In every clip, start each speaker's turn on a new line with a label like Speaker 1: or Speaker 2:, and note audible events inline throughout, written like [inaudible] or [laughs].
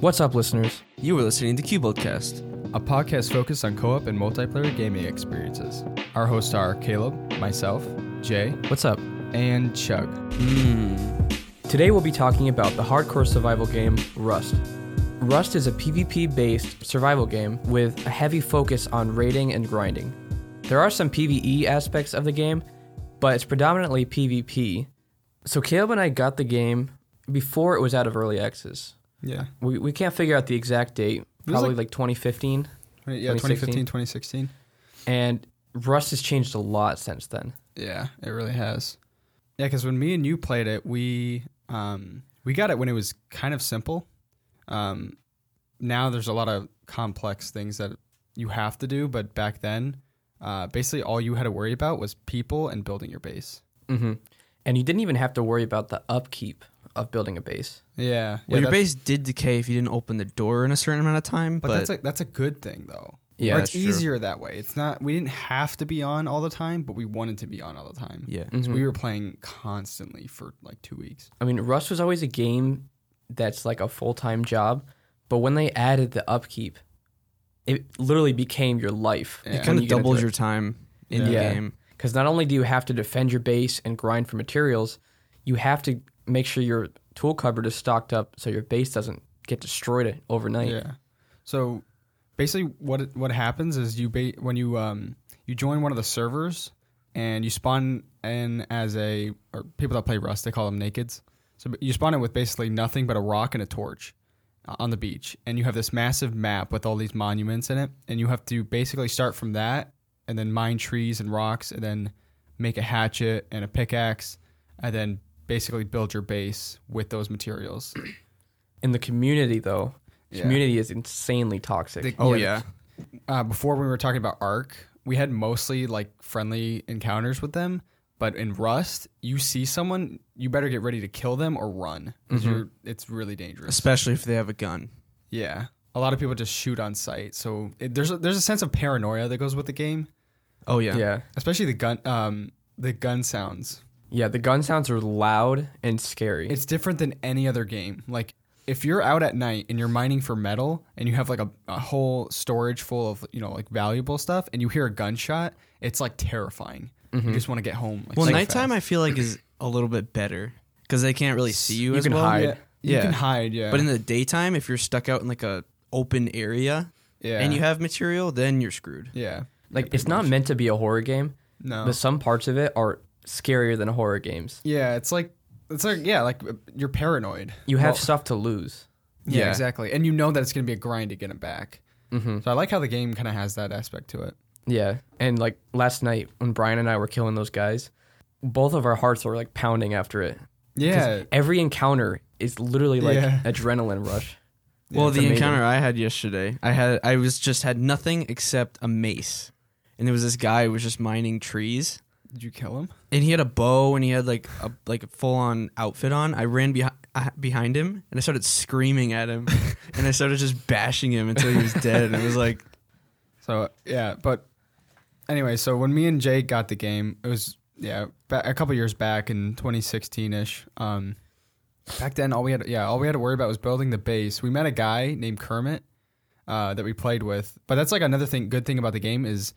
Speaker 1: What's up, listeners?
Speaker 2: You were listening to Cubodcast.
Speaker 3: a podcast focused on co op and multiplayer gaming experiences. Our hosts are Caleb, myself, Jay,
Speaker 1: What's up?
Speaker 3: and Chug.
Speaker 1: Today we'll be talking about the hardcore survival game Rust. Rust is a PvP based survival game with a heavy focus on raiding and grinding. There are some PvE aspects of the game, but it's predominantly PvP. So Caleb and I got the game before it was out of early access.
Speaker 3: Yeah.
Speaker 1: We, we can't figure out the exact date,
Speaker 3: was
Speaker 1: probably
Speaker 3: like-
Speaker 1: like 2015.
Speaker 3: Yeah,
Speaker 1: 2016.
Speaker 3: 2015, 2016.
Speaker 1: And Rust has changed a lot since then.
Speaker 3: Yeah, it really has. Yeah, because when me and you played it, we um, we got it when it was kind of simple. Um, now there's a lot of complex things that you have to do, but back then, uh, basically all you had to worry about was people and building your base.
Speaker 1: hmm And you didn't even have to worry about the upkeep of building a base.
Speaker 3: Yeah, yeah
Speaker 2: Well, your
Speaker 3: that-
Speaker 2: base did decay if you didn't open the door in a certain amount of time,
Speaker 3: but,
Speaker 2: but,
Speaker 3: that's a, that's a good thing though.
Speaker 1: Yeah,
Speaker 3: Or it's
Speaker 2: that's true.
Speaker 3: easier that way. It's not we didn't have to be on all the time, but we wanted to be on all the time.
Speaker 2: yeah. Mm-hmm.
Speaker 3: So we were playing constantly for like two weeks.
Speaker 1: I mean, Rust was always a game that's like a full time job, but when they added the upkeep, it literally became your life.
Speaker 3: Yeah.
Speaker 2: It kind of doubles your time in the
Speaker 1: Yeah.
Speaker 2: game.
Speaker 1: Because not only do you have to defend your base and grind for materials, you have to make sure your tool cupboard is stocked up so your base doesn't get destroyed overnight.
Speaker 3: Yeah. So basically, what what happens is you ba- when you um you join one of the servers and you spawn in as a or people that play Rust they call them nakeds. So you spawn in with basically nothing but a rock and a torch uh, on the beach, and you have this massive map with all these monuments in it, and you have to basically start from that and then mine trees and rocks and then make a hatchet and a pickaxe and then basically build your base with those materials.
Speaker 1: In the community, though,
Speaker 3: Yeah.
Speaker 1: community is insanely toxic.
Speaker 3: The-
Speaker 2: Oh, yeah.
Speaker 3: uh, before when we were talking about Ark, we had mostly like friendly encounters with them. But in Rust, you see someone, you better get ready to kill them or run. 'cause
Speaker 2: Mm-hmm.
Speaker 3: you're- it's really dangerous.
Speaker 2: Especially if they have a gun.
Speaker 3: Yeah, a lot of people just shoot on sight. So it, there's a, there's a sense of paranoia that goes with the game,
Speaker 2: Oh, yeah.
Speaker 1: yeah.
Speaker 3: especially the gun um the gun sounds.
Speaker 1: Yeah, the gun sounds are loud and scary.
Speaker 3: It's different than any other game. Like if you're out at night and you're mining for metal and you have like a, a whole storage full of you know like valuable stuff and you hear a gunshot, it's like terrifying. You just want to get home. Like,
Speaker 2: Mm-hmm. Well,
Speaker 3: so
Speaker 2: nighttime
Speaker 3: fast.
Speaker 2: I feel like is a little bit better because they can't really see you,
Speaker 1: You
Speaker 2: as
Speaker 1: can
Speaker 2: well.
Speaker 1: hide.
Speaker 3: yeah, you
Speaker 2: Yeah.
Speaker 3: can hide. Yeah,
Speaker 2: But in the daytime, if you're stuck out in like a open area
Speaker 3: yeah,
Speaker 2: and you have material, then you're screwed.
Speaker 3: yeah,
Speaker 1: like, it's not meant to be a horror game,
Speaker 3: no,
Speaker 1: but some parts of it are scarier than horror games.
Speaker 3: yeah. It's like it's like yeah, like uh, you're paranoid.
Speaker 1: You have stuff to lose.
Speaker 3: Yeah,
Speaker 2: Yeah. Mm-hmm.
Speaker 3: exactly. And you know that it's gonna be a grind to get it back.
Speaker 1: hmm
Speaker 3: So I like how the game kind of has that aspect to it.
Speaker 1: Yeah. And like last night when Brian and I were killing those guys, both of our hearts were like pounding after it. 'Cause
Speaker 3: Yeah,
Speaker 1: Every encounter is literally like
Speaker 3: Yeah.
Speaker 1: [laughs] adrenaline rush.
Speaker 2: well,
Speaker 1: it's
Speaker 2: the
Speaker 1: amazing.
Speaker 2: encounter I had yesterday, I had I was just had nothing except a mace, and there was this guy who was just mining trees,
Speaker 3: did you kill him?
Speaker 2: and he had a bow and he had like a like a full on outfit on. I ran behind behind him and I started screaming at him, and I started just bashing him until he was dead. And it was like,
Speaker 3: So yeah, but anyway, so when me and Jay got the game, it was yeah ba- a couple years back in 2016 ish. Um, back then, all we had yeah all we had to worry about was building the base. We met a guy named Kermit uh, that we played with, but that's like another thing. Good thing about the game is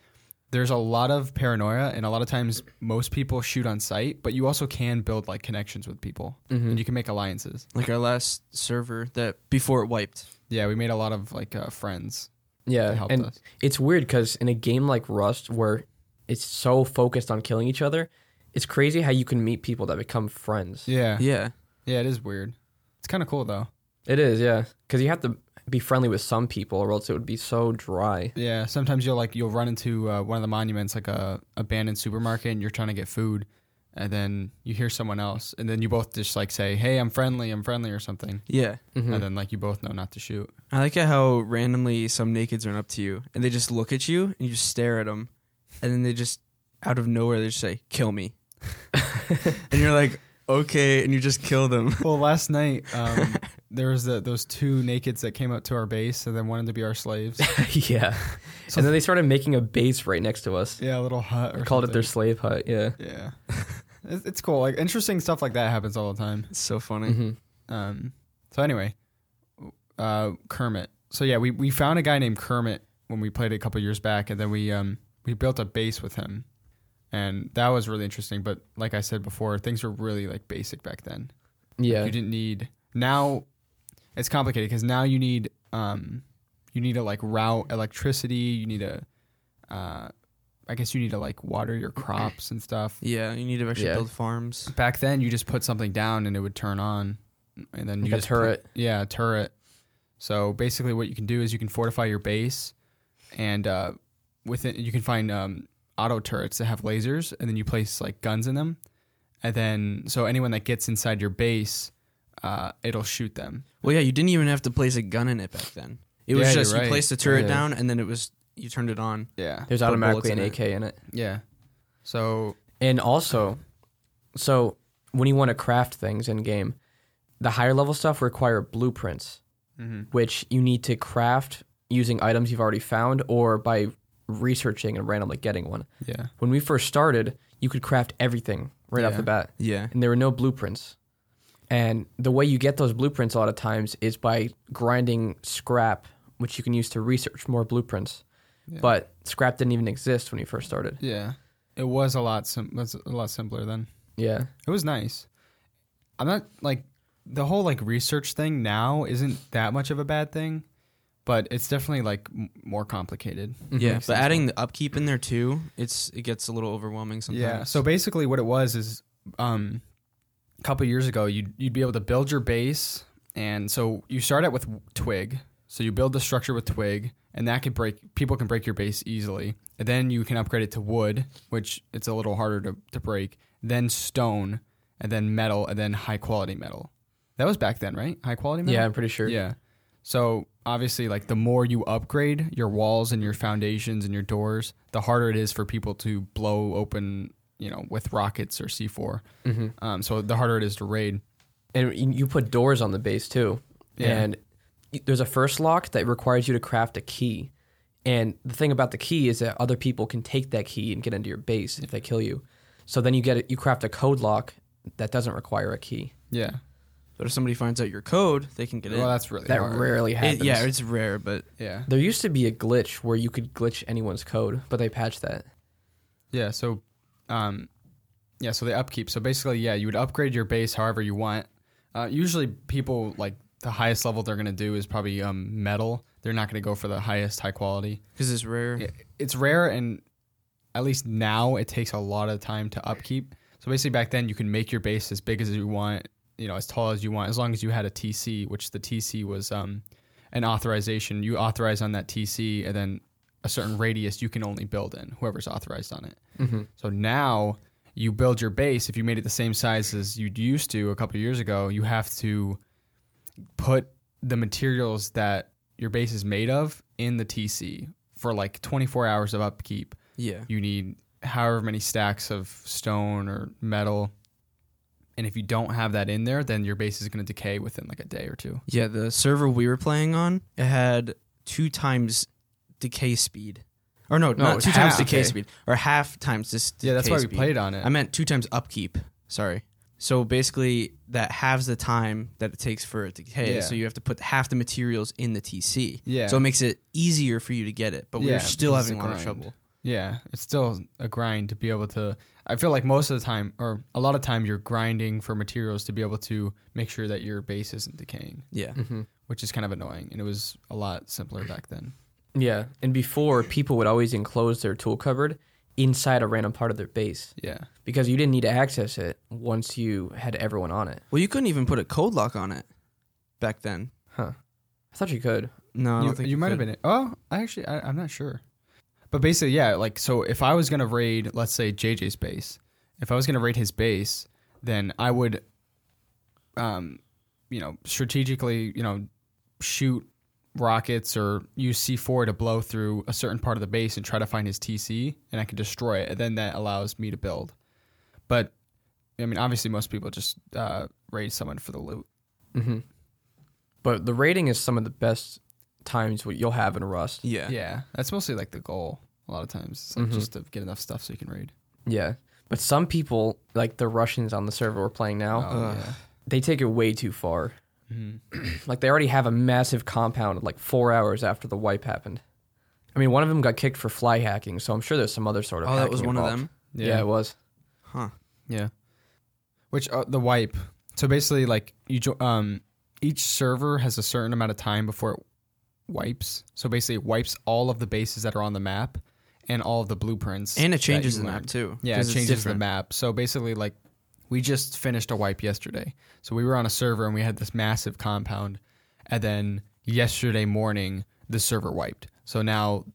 Speaker 3: there's a lot of paranoia, and a lot of times most people shoot on sight, but you also can build like connections with people, and you can make alliances.
Speaker 2: like our last server that before it wiped.
Speaker 3: Yeah, we made a lot of like uh, friends.
Speaker 1: Yeah.
Speaker 3: helped
Speaker 1: and
Speaker 3: us.
Speaker 1: it's weird because in a game like Rust, where it's so focused on killing each other, it's crazy how you can meet people that become friends.
Speaker 3: Yeah, yeah,
Speaker 2: Yeah,
Speaker 3: it is weird. It's kind of cool though.
Speaker 1: It is, yeah. Because you have to be friendly with some people, or else it would be so dry.
Speaker 3: Yeah, sometimes you'll like you'll run into uh, one of the monuments, like a abandoned supermarket, and you're trying to get food, and then you hear someone else, and then you both just like say, "Hey, I'm friendly, I'm friendly," or something,
Speaker 2: yeah.
Speaker 1: Mm-hmm.
Speaker 3: and then like you both know not to shoot.
Speaker 2: I like how randomly some nakeds run up to you and they just look at you and you just stare at them, and then they just out of nowhere they just say, "Kill me," and you're like, "Okay," and you just kill them. [laughs]
Speaker 3: Well, last night
Speaker 1: [laughs]
Speaker 3: um, there was the, those two nakeds that came up to our base, and then wanted to be
Speaker 1: [laughs]
Speaker 3: our slaves.
Speaker 1: yeah. and then they started making a base right next to us.
Speaker 3: yeah, a little hut. Or
Speaker 1: Called it their
Speaker 3: something.
Speaker 1: slave hut. Yeah.
Speaker 3: Yeah, It's- it's cool. Like
Speaker 2: Mm-hmm.
Speaker 1: Mm-hmm.
Speaker 3: interesting stuff like that happens all the time.
Speaker 2: It's so funny.
Speaker 1: hmm
Speaker 3: Um, so anyway, uh, Kermit. So yeah, we, we found a guy named Kermit when we played a couple years back, and then we um we built a base with him, and that was really interesting. But like I said before, things were really like basic back then.
Speaker 1: Yeah.
Speaker 3: You didn't need now. It's complicated because now you need um you need to like route electricity. You need to uh I guess you need to like water your crops and stuff.
Speaker 2: Yeah, you need to actually
Speaker 1: Yeah.
Speaker 2: build farms.
Speaker 3: Back then, you just put something down and it would turn on, and then
Speaker 1: Like
Speaker 3: you
Speaker 1: a
Speaker 3: just put-
Speaker 1: turret.
Speaker 3: yeah, a turret. So basically, what you can do is you can fortify your base, and uh, within you can find um, auto turrets that have lasers, and then you place like guns in them, and then so anyone that gets inside your base, uh, it'll shoot them.
Speaker 2: Well, yeah, you didn't even have to place a gun in it back then. It was
Speaker 3: Yeah,
Speaker 2: just
Speaker 3: you're
Speaker 2: you
Speaker 3: right.
Speaker 2: placed the turret
Speaker 1: Yeah.
Speaker 2: down and then it was you turned it on.
Speaker 3: Yeah,
Speaker 1: There's
Speaker 2: Put
Speaker 1: automatically an
Speaker 2: bullets in
Speaker 1: AK in it.
Speaker 3: yeah. So
Speaker 1: And also, so when you want to craft things in game, the higher level stuff require blueprints, which you need to craft using items you've already found or by researching and randomly getting one.
Speaker 3: yeah,
Speaker 1: When we first started, you could craft everything right off
Speaker 3: Yeah.
Speaker 1: the bat,
Speaker 2: Yeah.
Speaker 1: and there were no blueprints. And the way you get those blueprints a lot of times is by grinding scrap, which you can use to research more blueprints.
Speaker 3: Yeah.
Speaker 1: But scrap didn't even exist when we first started.
Speaker 3: yeah. It was a lot sim- was a lot simpler then.
Speaker 1: Yeah.
Speaker 3: It was nice. I'm not like the whole like research thing now isn't that much of a bad thing, but it's definitely like m- more complicated.
Speaker 2: Yeah,
Speaker 3: Makes
Speaker 2: but
Speaker 3: sense.
Speaker 2: adding the upkeep in there too, it's it gets a little overwhelming sometimes.
Speaker 3: Yeah. So basically, what it was is, um, a couple years ago, you'd you'd be able to build your base, and so you start out with twig. So you build the structure with twig, and that could break. People can break your base easily. And then you can upgrade it to wood, which it's a little harder to to break. Then stone, and then metal, and then high quality metal. That was back then, right? High quality metal.
Speaker 1: Yeah, I'm pretty sure.
Speaker 3: Yeah. So obviously, like the more you upgrade your walls and your foundations and your doors, the harder it is for people to blow open, you know, with rockets or C4. Um, so the harder it is to raid.
Speaker 1: and you you put doors on the base too.
Speaker 3: Yeah.
Speaker 1: And y- there's a first lock that requires you to craft a key. And the thing about the key is that other people can take that key and get into your base if they kill you. So then you get it, you craft a code lock that doesn't require a key.
Speaker 3: Yeah.
Speaker 2: But if somebody finds out your code, they can get in.
Speaker 3: Well, that's really
Speaker 1: That
Speaker 3: hard.
Speaker 1: rarely happens.
Speaker 2: It- yeah, it's rare, but
Speaker 3: yeah.
Speaker 1: there used to be a glitch where you could glitch anyone's code, but they patched that.
Speaker 3: Yeah. So, um, yeah. So the upkeep. So basically, yeah, you would upgrade your base however you want. Uh, usually, people like the highest level they're gonna do is probably um, metal. They're not gonna go for the highest high quality.
Speaker 2: because it's rare.
Speaker 3: Yeah, it's rare and at least now it takes a lot of time to upkeep so basically back then you can make your base as big as you want you know as tall as you want as long as you had a tc which the tc was um, an authorization you authorize on that tc and then a certain radius you can only build in whoever's authorized on it so now you build your base if you made it the same size as you used to a couple of years ago you have to put the materials that your base is made of in the TC for like 24 hours of upkeep.
Speaker 2: Yeah.
Speaker 3: You need however many stacks of stone or metal. And if you don't have that in there, then your base is going to decay within like a day or two.
Speaker 2: Yeah, the server we were playing on, it had two times decay speed. Or no,
Speaker 3: No,
Speaker 2: not
Speaker 3: it's
Speaker 2: two times
Speaker 3: half
Speaker 2: decay
Speaker 3: decay.
Speaker 2: speed. Or half times this
Speaker 3: Yeah, that's
Speaker 2: decay
Speaker 3: why we
Speaker 2: speed.
Speaker 3: played on it.
Speaker 2: I meant two times upkeep. Sorry. So basically that halves the time that it takes for it to decay.
Speaker 3: Yeah.
Speaker 2: So you have to put half the materials in the TC.
Speaker 3: Yeah.
Speaker 2: So it makes it easier for you to get it, but we
Speaker 3: Yeah,
Speaker 2: were still
Speaker 3: because
Speaker 2: having a
Speaker 3: it's
Speaker 2: lot
Speaker 3: a
Speaker 2: of
Speaker 3: grind.
Speaker 2: trouble.
Speaker 3: Yeah, it's still a grind to be able to. I feel like most of the time, or a lot of time, you're grinding for materials to be able to make sure that your base isn't decaying,
Speaker 2: Yeah.
Speaker 3: which is kind of annoying. And it was a lot simpler back then.
Speaker 1: Yeah. And before, people would always enclose their tool cupboard inside a random part of their base
Speaker 3: Yeah.
Speaker 1: because you didn't need to access it once you had everyone on it.
Speaker 2: Well, you couldn't even put a code lock on it back then.
Speaker 1: I thought you could.
Speaker 2: No, I
Speaker 3: you,
Speaker 2: don't think
Speaker 3: you might have
Speaker 2: could.
Speaker 3: been. Oh, I actually, I, I'm not sure. But basically, yeah. Like, so if I was gonna raid, let's say JJ's base, if I was gonna raid his base, then I would, um, you know, strategically, you know, shoot rockets or use C4 to blow through a certain part of the base and try to find his TC, and I could destroy it, and then that allows me to build. But I mean, obviously, most people just uh, raid someone for the loot.
Speaker 1: But the rating is some of the best times what you'll have in Rust.
Speaker 2: Yeah. Mm-hmm.
Speaker 3: Yeah, that's mostly like the goal. A lot of times, it's like just to get enough stuff so you can raid.
Speaker 1: Yeah. But some people, like the Russians on the server we're playing now,
Speaker 3: Oh, yeah.
Speaker 1: they take it way too far. [clears throat] like they already have a massive compound like four hours after the wipe happened. I mean, one of them got kicked for fly hacking, so I'm sure there's some other sort of.
Speaker 2: Oh, that was
Speaker 1: hacking
Speaker 2: one of
Speaker 1: involved.
Speaker 2: them.
Speaker 1: Yeah. it was.
Speaker 2: Huh.
Speaker 3: Yeah. Which uh, the wipe. So basically, like you, jo- um, each server has a certain amount of time before it wipes. So basically, it wipes all of the bases that are on the map and all of the blueprints.
Speaker 2: And it
Speaker 3: that
Speaker 2: changes
Speaker 3: you
Speaker 2: the map
Speaker 3: learned.
Speaker 2: too.
Speaker 3: Yeah, it
Speaker 2: 'cause it's
Speaker 3: changes the
Speaker 2: different.
Speaker 3: map. So basically, like we just finished a wipe yesterday. So we were on a server and we had this massive compound, and then yesterday morning the server wiped. So now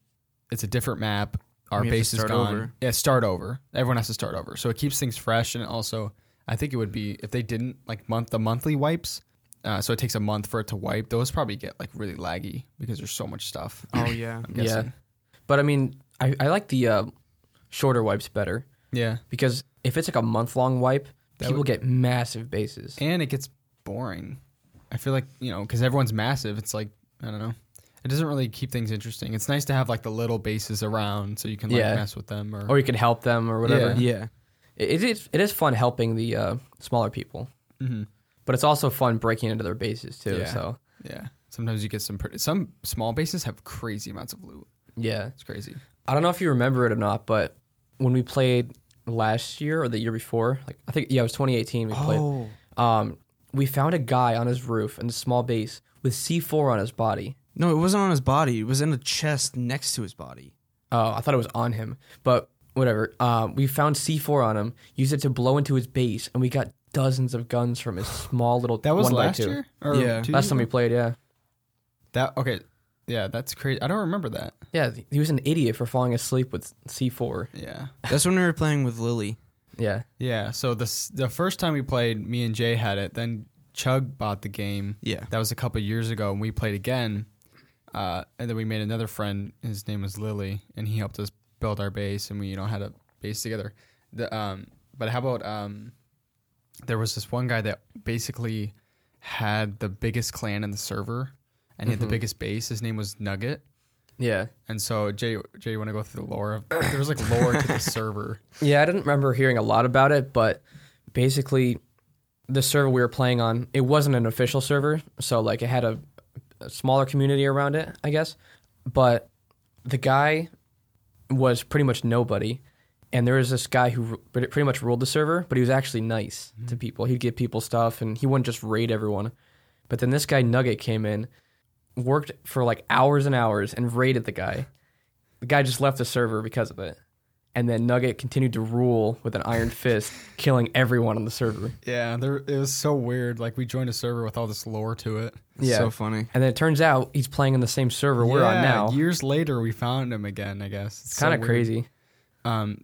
Speaker 3: it's a different map. Our
Speaker 2: We have to
Speaker 3: base is
Speaker 2: start
Speaker 3: gone.
Speaker 2: over.
Speaker 3: Yeah, start over. Everyone has to start over. So it keeps things fresh, and it also I think it would be if they didn't like month the monthly wipes. Uh, so it takes a month for it to wipe. Those probably get like really laggy because there's so much stuff.
Speaker 2: Oh yeah.
Speaker 3: [laughs] I'm guessing.
Speaker 1: Yeah, but I mean, I, I like the uh, shorter wipes better
Speaker 3: Yeah.
Speaker 1: because if it's like a month long wipe,
Speaker 3: That
Speaker 1: people
Speaker 3: would-
Speaker 1: get massive bases.
Speaker 3: and it gets boring. I feel like you know because everyone's massive. It's like I don't know. It doesn't really keep things interesting. It's nice to have like the little bases around so you can like
Speaker 1: Yeah. Oh,
Speaker 3: mess with them or,
Speaker 1: or you can help them or whatever.
Speaker 3: [laughs] Yeah.
Speaker 2: Yeah.
Speaker 1: It, it is it is fun helping the uh, smaller people,
Speaker 3: Mhm.
Speaker 1: but it's also fun breaking into their bases too.
Speaker 3: Yeah.
Speaker 1: So
Speaker 3: yeah. Sometimes you get some pretty some small bases have crazy amounts of loot.
Speaker 1: yeah,
Speaker 3: It's crazy.
Speaker 1: I don't know if you remember it or not, but when we played last year or the year before, like I think yeah, it was 2018. We
Speaker 2: Oh.
Speaker 1: played. Um, we found a guy on his roof in the small base with C4 on his body.
Speaker 2: No, it wasn't on his body. It was in a chest next to his body.
Speaker 1: Oh, I thought it was on him, but whatever. Um, we found C4 on him, used it to blow into his base, and we got dozens of guns from his small little.
Speaker 3: That was
Speaker 1: one by
Speaker 3: last
Speaker 1: two.
Speaker 3: year. Or
Speaker 2: Yeah.
Speaker 3: two
Speaker 1: Last
Speaker 3: years
Speaker 1: time we
Speaker 3: ago?
Speaker 1: played, yeah,
Speaker 3: that okay. Yeah, that's crazy. I don't remember that.
Speaker 1: yeah. He was an idiot for falling asleep with C4.
Speaker 3: Yeah.
Speaker 2: That's when we were playing with Lily.
Speaker 1: Yeah,
Speaker 3: Yeah. So this the first time we played, me and Jay had it. Then Chug bought the game.
Speaker 2: Yeah.
Speaker 3: That was a couple years ago, and we played again. Uh, and then we made another friend. His name was Lily, and he helped us build our base, and we you know had a base together. The um, but how about um, there was this one guy that basically had the biggest clan in the server, and he had the biggest base. His name was Nugget.
Speaker 1: yeah,
Speaker 3: And so Jay, Jay, you want to go through the lore? Of, there was like lore to the server.
Speaker 1: yeah. I didn't remember hearing a lot about it, but basically, the server we were playing on it wasn't an official server, so like it had a, a smaller community around it, I guess. But the guy was pretty much nobody, and there was this guy who ru- pretty pretty much ruled the server, but he was actually nice to people. He'd give people stuff, and he wouldn't just raid everyone. But then this guy Nugget came in, worked for like hours and hours, and raided the guy. The guy just left the server because of it. And then Nugget continued to rule with an iron fist, killing everyone on the server.
Speaker 3: Yeah, there it was so weird. Like we joined a server with all this lore to it.
Speaker 1: Yeah.
Speaker 2: So funny.
Speaker 1: And then it turns out he's playing in the same server we're on
Speaker 3: Yeah,
Speaker 1: now.
Speaker 3: Years later, we found him again. I guess it's
Speaker 1: It's kind
Speaker 3: so
Speaker 1: of
Speaker 3: weird.
Speaker 1: crazy.
Speaker 3: Um,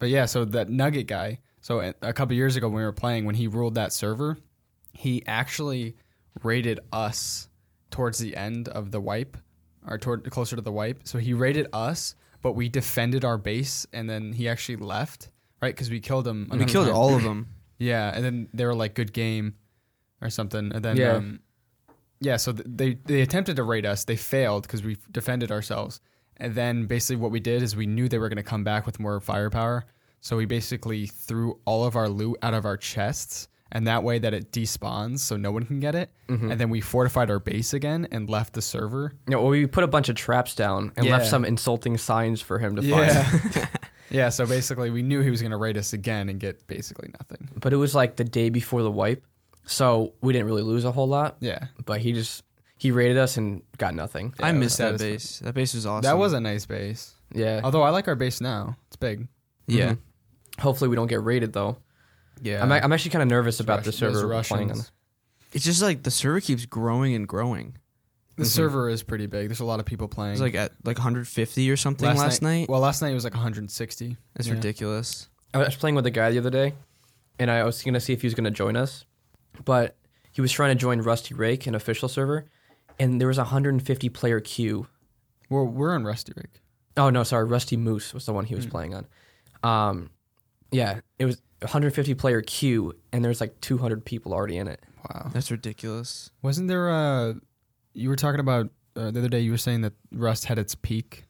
Speaker 3: but yeah, so that Nugget guy. So a a couple years ago when we were playing, when he ruled that server, he actually rated us towards the end of the wipe, or toward closer to the wipe. So he rated us, but we defended our base, and then he actually left, right? Because we killed him.
Speaker 2: We
Speaker 3: another
Speaker 2: killed
Speaker 3: time.
Speaker 2: all of them.
Speaker 3: Yeah, and then they were like, "Good game," or something, and then
Speaker 1: Yeah.
Speaker 3: yeah, um, yeah. So th- they they attempted to raid us. They failed because we defended ourselves. And then basically what we did is we knew they were going to come back with more firepower, so we basically threw all of our loot out of our chests, and that way that it despawns so no one can get it. And then we fortified our base again and left the server.
Speaker 1: You know, we put a bunch of traps down and left
Speaker 3: Yeah.
Speaker 1: some insulting signs for him to find.
Speaker 3: [laughs] yeah. So basically, we knew he was going to raid us again and get basically nothing.
Speaker 1: [laughs] But it was like the day before the wipe. So we didn't really lose a whole lot.
Speaker 3: Yeah.
Speaker 1: But he just, he raided us and got nothing.
Speaker 2: I
Speaker 3: it was
Speaker 2: missed that
Speaker 3: satisfying.
Speaker 2: base. That base was awesome.
Speaker 3: That was a nice base.
Speaker 1: Yeah.
Speaker 3: Although I like our base now. It's big.
Speaker 2: yeah.
Speaker 1: Mhm. Hopefully we don't get raided though.
Speaker 3: Yeah.
Speaker 1: I'm, ac- I'm actually kind of nervous about the
Speaker 3: Rush- those
Speaker 1: server we're playing on.
Speaker 3: Russians.
Speaker 2: It's just like the server keeps growing and growing.
Speaker 3: The server is pretty big. There's a lot of people playing.
Speaker 2: It was like at like 150 or something last, night.
Speaker 3: Well, last night it was like 160.
Speaker 2: It's
Speaker 3: Yeah.
Speaker 2: ridiculous.
Speaker 1: I was playing with a guy the other day, and I was gonna see if he was gonna join us, but he was trying to join Rusty Rake, an official server, and there was a 150 player queue.
Speaker 3: We're we're on Rusty Rig.
Speaker 1: Oh no, sorry, Rusty Moose was the one he
Speaker 2: Hmm.
Speaker 1: was playing on. Um, yeah, it was 150 player queue, and there's like 200 people already in it.
Speaker 3: Wow.
Speaker 2: That's ridiculous.
Speaker 3: Wasn't there uh you were talking about uh, the other day you were saying that Rust had its peak.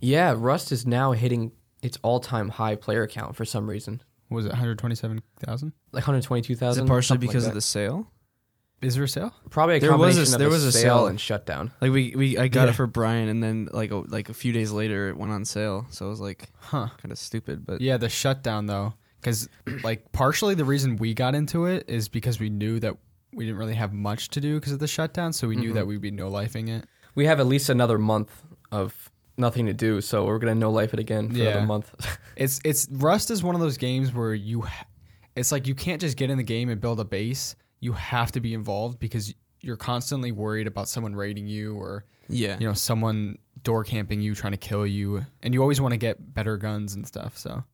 Speaker 1: Yeah, Rust is now hitting its all-time high player count for some reason,
Speaker 3: What was it 127,000?
Speaker 1: like 122,000.
Speaker 2: Is it partially
Speaker 1: something like
Speaker 2: because
Speaker 1: that.
Speaker 2: of the sale?
Speaker 3: Is there a sale?
Speaker 1: Probably a
Speaker 2: There was
Speaker 1: combination
Speaker 2: a-
Speaker 1: of
Speaker 2: there
Speaker 1: a
Speaker 2: was a
Speaker 1: sale,
Speaker 2: sale.
Speaker 1: and shutdown.
Speaker 2: Like we, we I got
Speaker 3: Yeah.
Speaker 2: it for Brian, and then like a, like a few days later it went on sale. So I was like,
Speaker 3: Huh.
Speaker 2: kind of stupid, but
Speaker 3: Yeah, the shutdown though, because like partially the reason we got into it is because we knew that we didn't really have much to do because of the shutdown, so we knew that we'd be no lifing it.
Speaker 1: We have at least another month of nothing to do, so we're gonna no life it again for another
Speaker 3: Yeah.
Speaker 1: month. [laughs]
Speaker 3: It's it's Rust is one of those games where you, ha- it's like you can't just get in the game and build a base. You have to be involved because you're constantly worried about someone raiding you or
Speaker 2: yeah,
Speaker 3: you know someone door camping you trying to kill you, and you always want to get better guns and stuff. So,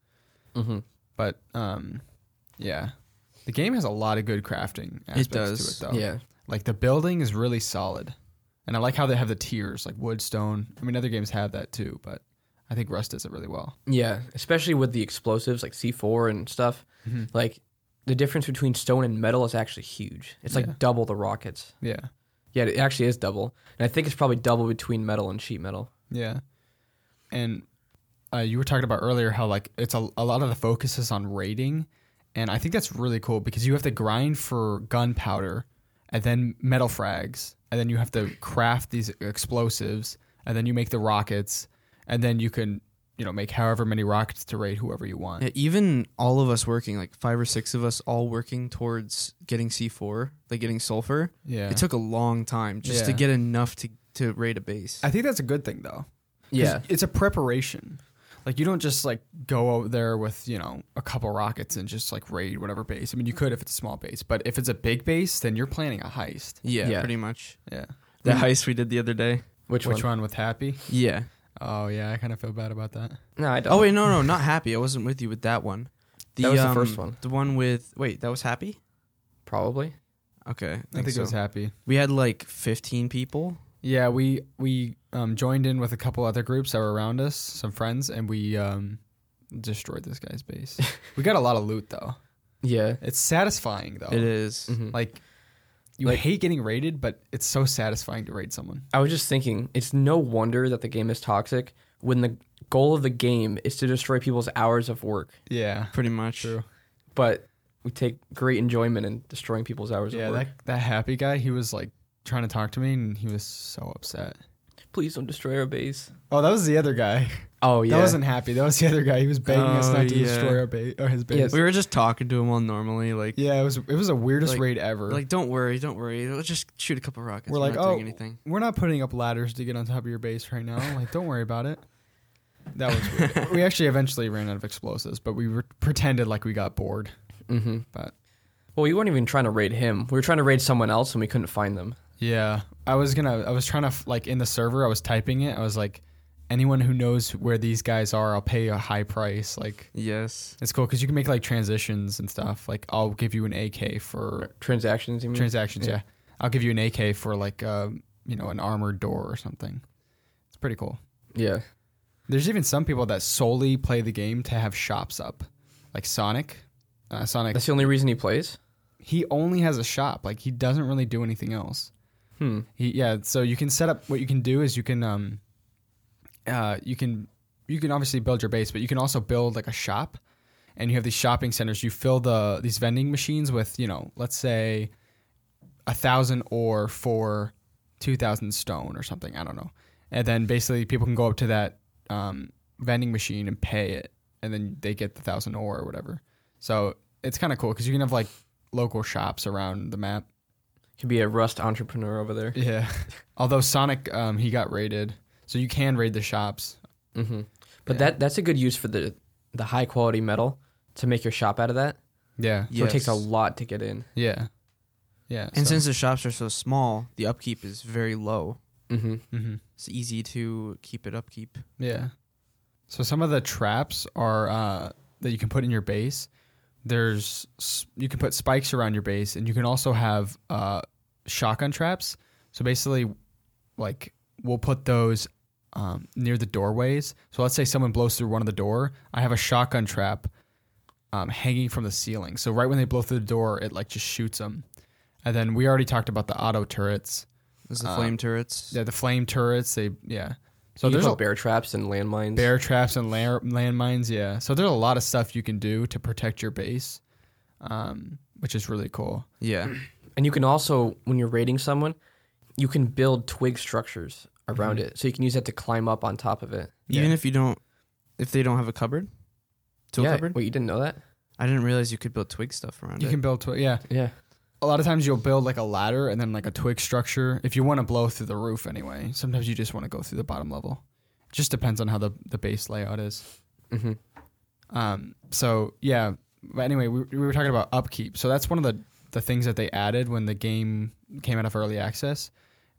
Speaker 1: Mhm.
Speaker 3: but um, yeah, the game has a lot of good crafting. Aspects
Speaker 2: does,
Speaker 3: To it, though.
Speaker 1: yeah,
Speaker 3: Like the building is really solid, and I like how they have the tiers, like wood, stone. I mean, other games have that too, but I think Rust does it really well.
Speaker 1: yeah, especially with the explosives like C4 and stuff.
Speaker 3: Mm-hmm.
Speaker 1: Like the difference between stone and metal is actually huge. It's like
Speaker 3: Yeah.
Speaker 1: double the rockets.
Speaker 3: Yeah,
Speaker 1: Yeah, it actually is double, and I think it's probably double between metal and sheet metal.
Speaker 3: yeah. And uh, you were talking about earlier how like it's a, a lot of the focus is on raiding, and I think that's really cool because you have to grind for gunpowder, and then metal frags, and then you have to craft these explosives, and then you make the rockets, and then you can you know make however many rockets to raid whoever you want.
Speaker 2: Yeah, even all of us working, like five or six of us all working towards getting C4, like getting sulfur.
Speaker 3: yeah.
Speaker 2: It took a long time just to
Speaker 3: Yeah.
Speaker 2: get enough to, to raid a base.
Speaker 3: I think that's a good thing though. 'Cause
Speaker 1: Yeah,
Speaker 3: It's a preparation. Like you don't just like go out there with, you know, a couple rockets and just like raid whatever base. I mean, you could if it's a small base, but if it's a big base, then you're planning a heist.
Speaker 2: yeah,
Speaker 1: Yeah.
Speaker 2: pretty much.
Speaker 3: Yeah.
Speaker 2: The heist we did the other day.
Speaker 1: which,
Speaker 3: Which
Speaker 1: one?
Speaker 3: one with Happy?
Speaker 2: Mm. Yeah.
Speaker 3: Oh yeah, I kind of feel bad about that.
Speaker 1: No, I don't.
Speaker 2: Oh wait, no, no, not happy. I wasn't with you with that one.
Speaker 1: That was the first one.
Speaker 2: The one with wait, that was happy.
Speaker 1: probably.
Speaker 2: Okay, I think,
Speaker 3: I think,
Speaker 2: so.
Speaker 3: it was Happy.
Speaker 2: we had like 15 people.
Speaker 3: Yeah, we we um, joined in with a couple other groups that were around us, some friends, and we um, destroyed this guy's
Speaker 1: [laughs]
Speaker 3: base. we got a lot of loot though.
Speaker 1: Yeah.
Speaker 3: It's satisfying though.
Speaker 2: It is.
Speaker 1: Mhm.
Speaker 3: Like you
Speaker 1: Like-
Speaker 3: hate getting raided, but it's so satisfying to raid someone.
Speaker 1: I was just thinking, it's no wonder that the game is toxic when the goal of the game is to destroy people's hours of work.
Speaker 3: Yeah.
Speaker 2: Pretty much.
Speaker 3: True.
Speaker 1: But we take great enjoyment in destroying people's hours
Speaker 3: Yeah,
Speaker 1: of work.
Speaker 3: that that happy guy, he was like trying to talk to me and he was so upset.
Speaker 1: Please don't destroy our base.
Speaker 3: Oh, that was the other guy.
Speaker 1: Oh yeah.
Speaker 3: That wasn't happy. That was the other guy. He was begging us
Speaker 2: Oh,
Speaker 3: not to
Speaker 2: yeah.
Speaker 3: destroy our base or his base.
Speaker 1: Yes.
Speaker 2: We were just talking to him all normally, like
Speaker 3: Yeah, it was it was the weirdest
Speaker 2: Like-
Speaker 3: raid ever.
Speaker 2: like don't worry, don't worry. Let's just shoot a couple rockets.
Speaker 3: We're like,
Speaker 2: not doing
Speaker 3: "Oh,
Speaker 2: anything.
Speaker 3: We're not putting up ladders to get on top of your base right now. Like, don't worry about it. That was [laughs] weird. we actually eventually ran out of explosives, but we were, pretended like we got bored.
Speaker 1: hmm
Speaker 3: But
Speaker 1: Well, we weren't even trying to raid him. We were trying to raid someone else, and we couldn't find them.
Speaker 3: Yeah, I was gonna. I was trying to f- like in the server. I was typing it. I was like, anyone who knows where these guys are, I'll pay a high price. Like
Speaker 2: Yes.
Speaker 3: it's cool because you can make like transitions and stuff. Like I'll give you an AK for
Speaker 1: Transactions, you mean?
Speaker 3: transactions.
Speaker 1: Mm. Yeah.
Speaker 3: Yeah, I'll give you an AK for like um, you know an armored door or something. It's pretty cool.
Speaker 1: yeah.
Speaker 3: There's even some people that solely play the game to have shops up, like Sonic. Uh, Sonic,
Speaker 1: That's the only reason he plays.
Speaker 3: he only has a shop. Like he doesn't really do anything else.
Speaker 1: Hmm.
Speaker 3: He, yeah, so you can set up what you can do is you can um uh you can you can obviously build your base, but you can also build like a shop and you have these shopping centers. You fill the these vending machines with, you know, let's say a thousand ore for two thousand stone or something. I don't know. And then basically people can go up to that um, vending machine and pay it and then they get the thousand ore or whatever. So it's kind of cool because you can have like local shops around the map.
Speaker 1: Could be a rust entrepreneur over there.
Speaker 3: Yeah. [laughs] Although Sonic, um, he got raided, so you can raid the shops.
Speaker 1: hmm But
Speaker 3: Yeah.
Speaker 1: that that's a good use for the the high quality metal to make your shop out of that.
Speaker 3: Yeah.
Speaker 1: So it takes a lot to get in.
Speaker 3: Yeah. Yeah.
Speaker 2: And
Speaker 3: so-
Speaker 2: since the shops are so small, the upkeep is very low.
Speaker 1: Mm-hmm.
Speaker 3: Mhm.
Speaker 2: It's easy to keep it upkeep.
Speaker 3: yeah. So some of the traps are uh, that you can put in your base. There's s- you can put spikes around your base, and you can also have uh, shotgun traps. So basically, like we'll put those um, near the doorways. So let's say someone blows through one of the door. I have a shotgun trap um, hanging from the ceiling. So right when they blow through the door, it like just shoots them. And then we already talked about the auto turrets.
Speaker 2: There's the
Speaker 3: Uh,
Speaker 2: flame turrets.
Speaker 3: Yeah, the flame turrets. They yeah. So
Speaker 1: So there's
Speaker 3: there's a
Speaker 1: bear traps and landmines.
Speaker 3: bear traps and lair- landmines. Yeah. So there's a lot of stuff you can do to protect your base, um, which is really cool.
Speaker 2: Yeah.
Speaker 1: And you can also, when you're raiding someone, you can build twig structures around
Speaker 3: Mm-hmm.
Speaker 1: it. So you can use that to climb up on top of it.
Speaker 2: Even if you don't, if they don't have a cupboard, tool
Speaker 1: yeah.
Speaker 2: cupboard.
Speaker 1: Wait, you didn't know that?
Speaker 2: I didn't realize you could build twig stuff around
Speaker 3: You
Speaker 2: it.
Speaker 3: can build twi- yeah.
Speaker 1: Yeah.
Speaker 3: A lot of times you'll build like a ladder and then like a twig structure if you want to blow through the roof anyway. Sometimes you just want to go through the bottom level. Just depends on how the the base layout is.
Speaker 1: Mm-hmm.
Speaker 3: Um, so yeah, but anyway, we, we were talking about upkeep. So that's one of the the things that they added when the game came out of early access.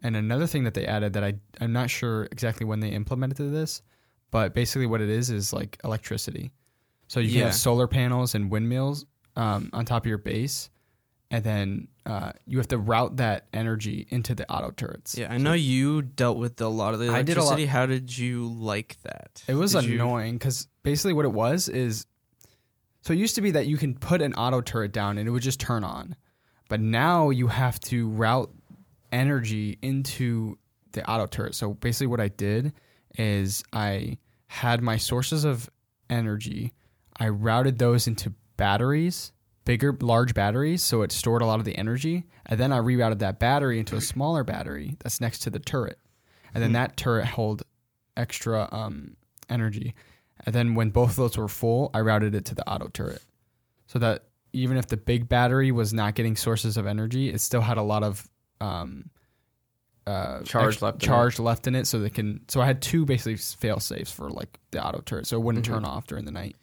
Speaker 3: And another thing that they added that I I'm not sure exactly when they implemented this, but basically what it is is like electricity. So you can
Speaker 2: Yeah.
Speaker 3: have solar panels and windmills um, on top of your base, and then uh, you have to route that energy into the auto turrets.
Speaker 2: Yeah, I know you dealt with a lot of the
Speaker 3: I did
Speaker 2: electricity.
Speaker 3: a lot-
Speaker 2: How did you like that?
Speaker 3: It was
Speaker 2: Did you-
Speaker 3: annoying because basically what it was is so it used to be that you can put an auto turret down and it would just turn on, but now you have to route energy into the auto turret. So basically, what I did is I had my sources of energy, I routed those into batteries. Bigger, large batteries, so it stored a lot of the energy. And then I rerouted that battery into a smaller battery that's next to the turret. And
Speaker 1: Hmm.
Speaker 3: then that turret held extra um, energy. And then when both of those were full, I routed it to the auto turret. So that even if the big battery was not getting sources of energy, it still had a lot of um, uh,
Speaker 1: Charge
Speaker 3: ex-
Speaker 1: left in it.
Speaker 3: charge left in it. So they can. So I had two basically fail safes for like the auto turret, so it wouldn't
Speaker 1: Mm-hmm.
Speaker 3: turn off during the night.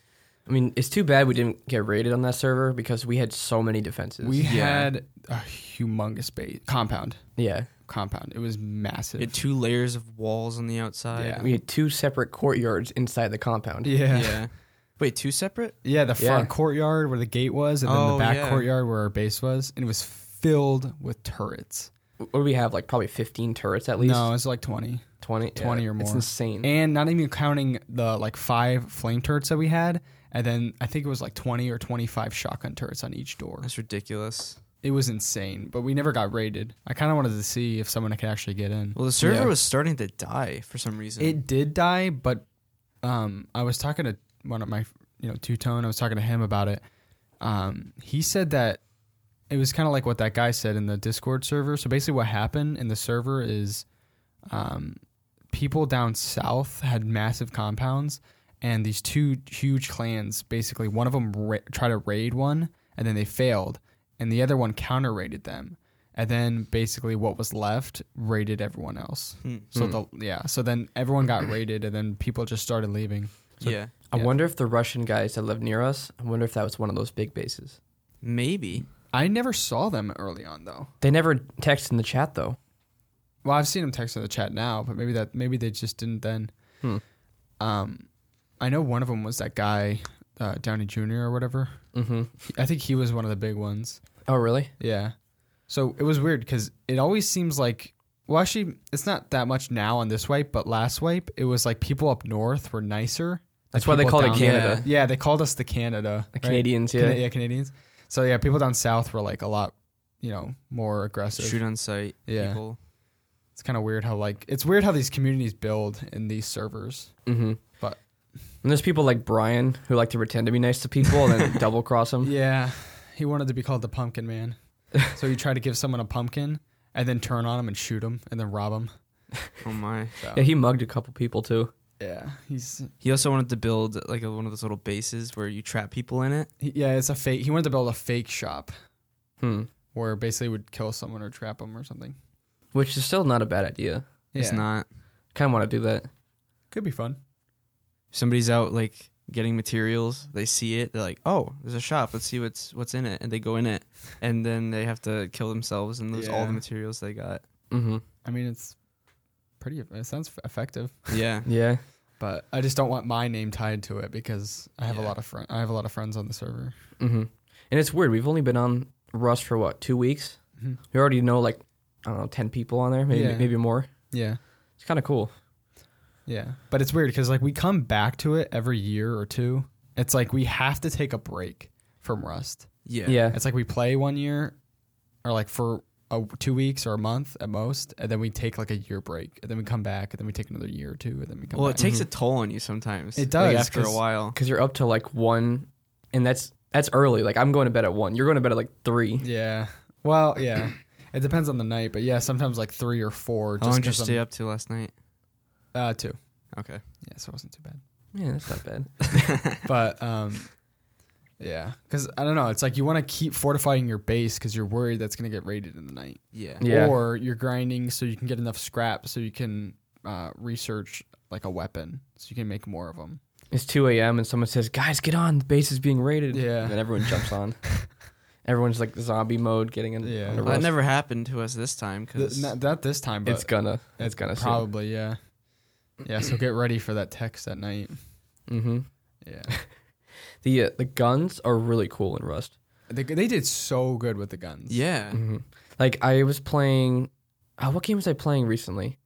Speaker 1: I mean, it's too bad we didn't get raided on that server because we had so many defenses.
Speaker 3: We
Speaker 2: Yeah.
Speaker 3: had a humongous base compound.
Speaker 1: yeah.
Speaker 3: Compound. It was massive.
Speaker 2: You had two layers of walls on the outside.
Speaker 3: Yeah.
Speaker 1: We had two separate courtyards inside the compound.
Speaker 3: [laughs] yeah. yeah.
Speaker 2: Yeah. [laughs] Wait, two separate?
Speaker 3: the
Speaker 1: Yeah.
Speaker 3: front courtyard where the gate was, and then
Speaker 2: Oh,
Speaker 3: the back
Speaker 2: yeah.
Speaker 3: courtyard where our base was, and it was filled with turrets.
Speaker 1: What do we have? Like probably 15 turrets at least?
Speaker 3: No, it's like twenty,
Speaker 1: 20?
Speaker 3: 20 or
Speaker 1: It's
Speaker 3: more.
Speaker 1: insane.
Speaker 3: and not even counting the like five flame turrets that we had, and then I think it was like twenty or twenty-five shotgun turrets on each door.
Speaker 2: That's ridiculous.
Speaker 3: It was insane, but we never got raided. I kind of wanted to see if someone could actually get in.
Speaker 2: Well, the server
Speaker 1: Yeah.
Speaker 2: was starting to die for some reason.
Speaker 3: It did die, but um, I was talking to one of my you know two tone. I was talking to him about it. Um, he said that it was kind of like what that guy said in the Discord server. So basically, what happened in the server is um, people down south had massive compounds, and these two huge clans basically one of them ra- tried to raid one, and then they failed, and the other one counter raided them. And then basically, what was left raided everyone else.
Speaker 2: Hmm.
Speaker 3: So the yeah, so then everyone got raided, and then people just started leaving.
Speaker 2: yeah.
Speaker 1: I
Speaker 3: Yeah.
Speaker 1: wonder if the Russian guys that lived near us, I wonder if that was one of those big bases.
Speaker 2: Maybe.
Speaker 3: I never saw them early on though.
Speaker 1: They never text in the chat though.
Speaker 3: Well, I've seen them text in the chat now, but maybe that maybe they just didn't then.
Speaker 1: Hmm.
Speaker 3: Um, I know one of them was that guy uh, Downey Jr. or whatever.
Speaker 1: Mm-hmm.
Speaker 3: I think he was one of the big ones.
Speaker 1: Oh, really?
Speaker 3: Yeah. So it was weird because it always seems like well, actually, it's not that much now on this wipe, but last wipe it was like people up north were nicer.
Speaker 1: That's
Speaker 3: Like,
Speaker 1: why they
Speaker 3: people
Speaker 1: called it
Speaker 3: down-
Speaker 1: Canada.
Speaker 3: Yeah, they called us the Canada.
Speaker 1: The
Speaker 3: right?
Speaker 1: Canadians, yeah.
Speaker 3: Cana- yeah, Canadians. So yeah, people down south were like a lot, you know, more aggressive.
Speaker 2: Shoot on sight.
Speaker 3: Yeah.
Speaker 2: People.
Speaker 3: It's kind of weird how like it's weird how these communities build in these servers.
Speaker 1: Mm-hmm.
Speaker 3: But-
Speaker 1: and there's people like Brian who like to pretend to be nice to people and
Speaker 3: [laughs]
Speaker 1: then double cross them.
Speaker 3: Yeah, he wanted to be called the Pumpkin Man, so he tried to give someone a pumpkin and then turn on him and shoot him and then rob him.
Speaker 2: Oh my.
Speaker 3: So,
Speaker 1: Yeah, he mugged a couple people too.
Speaker 3: yeah, he's
Speaker 2: He also wanted to build like a, one of those little bases where you trap people in it.
Speaker 3: he, yeah, it's a fake. He wanted to build a fake shop
Speaker 1: Hmm.
Speaker 3: where basically would kill someone or trap them or something.
Speaker 1: Which is still not a bad idea.
Speaker 2: It's
Speaker 3: Yeah.
Speaker 2: not.
Speaker 1: Kind of want to do that.
Speaker 3: Could be fun.
Speaker 2: Somebody's out like getting materials. They see it. They're like, "Oh, there's a shop. Let's see what's what's in it." And they go in it, and then they have to kill themselves and lose all
Speaker 3: Yeah.
Speaker 2: the materials they [laughs] got.
Speaker 1: Mm-hmm.
Speaker 3: I mean, it's pretty. It sounds effective.
Speaker 2: Yeah.
Speaker 1: Yeah.
Speaker 3: but I just don't want my name tied to it because I have a
Speaker 2: Yeah.
Speaker 3: lot of friend. I have a lot of friends on the server.
Speaker 1: Mm-hmm. And it's weird. We've only been on Rust for what two weeks.
Speaker 2: Mm-hmm.
Speaker 3: Mhm.
Speaker 1: We already know like I don't know ten people on there, maybe
Speaker 3: Yeah.
Speaker 1: maybe more.
Speaker 3: Yeah,
Speaker 1: It's kind of cool.
Speaker 3: yeah, but it's weird because like we come back to it every year or two. It's like we have to take a break from Rust.
Speaker 2: Yeah.
Speaker 1: Yeah.
Speaker 3: It's like we play one year, or like for a, two weeks or a month at most, and then we take like a year break, and then we come back, and then we take another year or two, and then we come
Speaker 2: Well, it
Speaker 3: back.
Speaker 2: takes a toll on you sometimes.
Speaker 3: It
Speaker 2: like,
Speaker 3: does,
Speaker 2: after a
Speaker 3: 'cause-
Speaker 2: while.
Speaker 1: because you're up to like one, and that's that's early. Like I'm going to bed at one. You're going to bed at like three.
Speaker 3: yeah, Well, yeah. It depends on the night, but yeah, sometimes like three or four.
Speaker 2: How long did you
Speaker 3: 'cause
Speaker 2: stay
Speaker 3: I'm-
Speaker 2: up till last night?
Speaker 3: Uh, two.
Speaker 2: Okay.
Speaker 3: Yeah, so it wasn't too bad.
Speaker 1: Yeah, that's not bad.
Speaker 3: but um, yeah, because I don't know. It's like you want to keep fortifying your base because you're worried that's gonna get raided in the night,
Speaker 2: Yeah.
Speaker 1: Yeah.
Speaker 3: or you're grinding so you can get enough scrap so you can uh, research like a weapon so you can make more of them.
Speaker 1: It's 2 a.m. and someone says, "Guys, get on! The base is being raided."
Speaker 3: Yeah.
Speaker 1: And then everyone jumps on. Everyone's like zombie mode, getting in.
Speaker 3: Yeah.
Speaker 1: under
Speaker 3: Well,
Speaker 2: Well, that
Speaker 1: rust.
Speaker 2: never happened to us this time
Speaker 3: Th-
Speaker 2: because
Speaker 3: not, not this time, but
Speaker 1: It's gonna.
Speaker 3: it
Speaker 1: It's gonna.
Speaker 3: probably yeah, yeah. So get ready for that text at night.
Speaker 1: Mm-hmm. [laughs]
Speaker 3: Yeah,
Speaker 1: The uh, the guns are really cool in Rust.
Speaker 3: they, they did so good with the guns.
Speaker 2: yeah,
Speaker 1: hmm Like I was playing, oh, what game was I playing recently?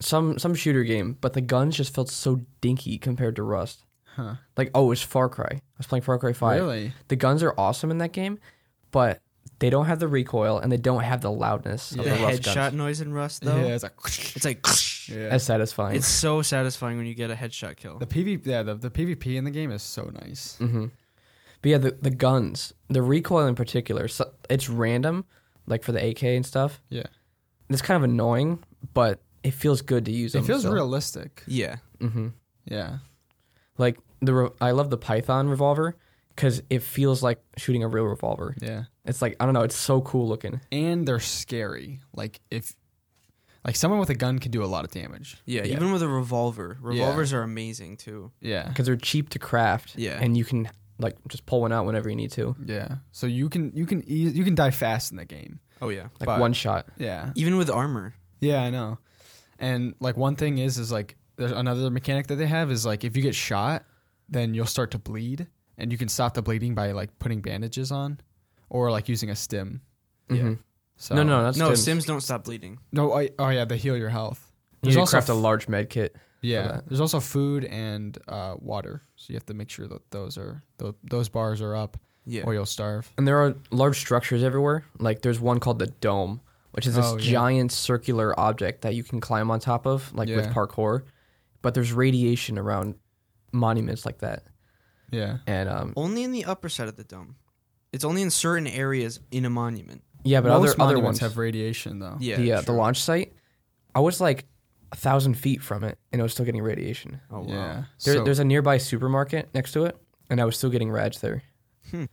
Speaker 1: Some some shooter game, but the guns just felt so dinky compared to Rust.
Speaker 3: Huh.
Speaker 1: Like oh, it was Far Cry. I was playing Far Cry Five.
Speaker 3: Really?
Speaker 1: The guns are awesome in that game, but they don't have the recoil and they don't have the loudness
Speaker 2: the
Speaker 1: of the Rust
Speaker 2: headshot
Speaker 1: guns.
Speaker 2: noise in Rust though.
Speaker 3: Yeah, it's like [laughs]
Speaker 2: It's like [laughs]
Speaker 3: yeah.
Speaker 1: As satisfying.
Speaker 2: it's so satisfying when you get a headshot kill.
Speaker 3: the PV yeah the, the PvP in the game is so nice.
Speaker 1: Mm-hmm. But yeah, the, the guns, the recoil in particular, so it's random, like for the AK and stuff.
Speaker 3: Yeah,
Speaker 1: It's kind of annoying, but it feels good to use them.
Speaker 3: it feels
Speaker 1: so-
Speaker 3: realistic.
Speaker 2: Yeah.
Speaker 1: Mhm.
Speaker 3: Yeah.
Speaker 1: Like the re- I love the Python revolver because it feels like shooting a real revolver.
Speaker 3: Yeah.
Speaker 1: It's like I don't know, it's so cool looking.
Speaker 3: And they're scary. Like if like someone with a gun can do a lot of damage.
Speaker 2: yeah,
Speaker 1: Yeah.
Speaker 2: Even with a revolver, revolvers are amazing too.
Speaker 3: Yeah.
Speaker 1: because they're cheap to craft.
Speaker 2: Yeah.
Speaker 1: and you can like just pull one out whenever you need to,
Speaker 3: Yeah. So you can you can eas you can die fast in the game.
Speaker 2: Oh yeah.
Speaker 1: like
Speaker 3: But-
Speaker 1: one shot.
Speaker 3: Yeah.
Speaker 2: Even with armor.
Speaker 3: Yeah, I know. And like one thing is is like there's another mechanic that they have is like if you get shot, then you'll start to bleed and you can stop the bleeding by like putting bandages on or like using a stim.
Speaker 2: Yeah.
Speaker 1: Mhm.
Speaker 3: So
Speaker 1: no, no, that's
Speaker 2: no, Sims don't stop bleeding.
Speaker 3: No, I, oh yeah, they heal your health.
Speaker 1: You need
Speaker 3: There's
Speaker 1: to
Speaker 3: also
Speaker 1: craft a
Speaker 3: f-
Speaker 1: large med kit.
Speaker 3: Yeah,
Speaker 1: that.
Speaker 3: there's also food and uh, water, so you have to make sure that those are tho- those bars are up,
Speaker 2: Yeah.
Speaker 3: or you'll starve.
Speaker 1: And there are large structures everywhere. Like there's one called the dome, which is this
Speaker 3: Oh, yeah.
Speaker 1: giant circular object that you can climb on top of, like with
Speaker 3: Yeah.
Speaker 1: parkour. But there's radiation around monuments like that,
Speaker 3: Yeah,
Speaker 1: and um,
Speaker 2: Only in the upper side of the dome. It's only in certain areas in a monument.
Speaker 1: yeah, but
Speaker 3: Most
Speaker 1: other other ones
Speaker 3: monuments have radiation though.
Speaker 2: Yeah.
Speaker 1: the uh, the
Speaker 2: true.
Speaker 1: launch site. I was like a thousand feet from it, and I was still getting radiation.
Speaker 2: Oh wow.
Speaker 3: yeah.
Speaker 1: There,
Speaker 3: so,
Speaker 1: there's a nearby supermarket next to it, and I was still getting rage there.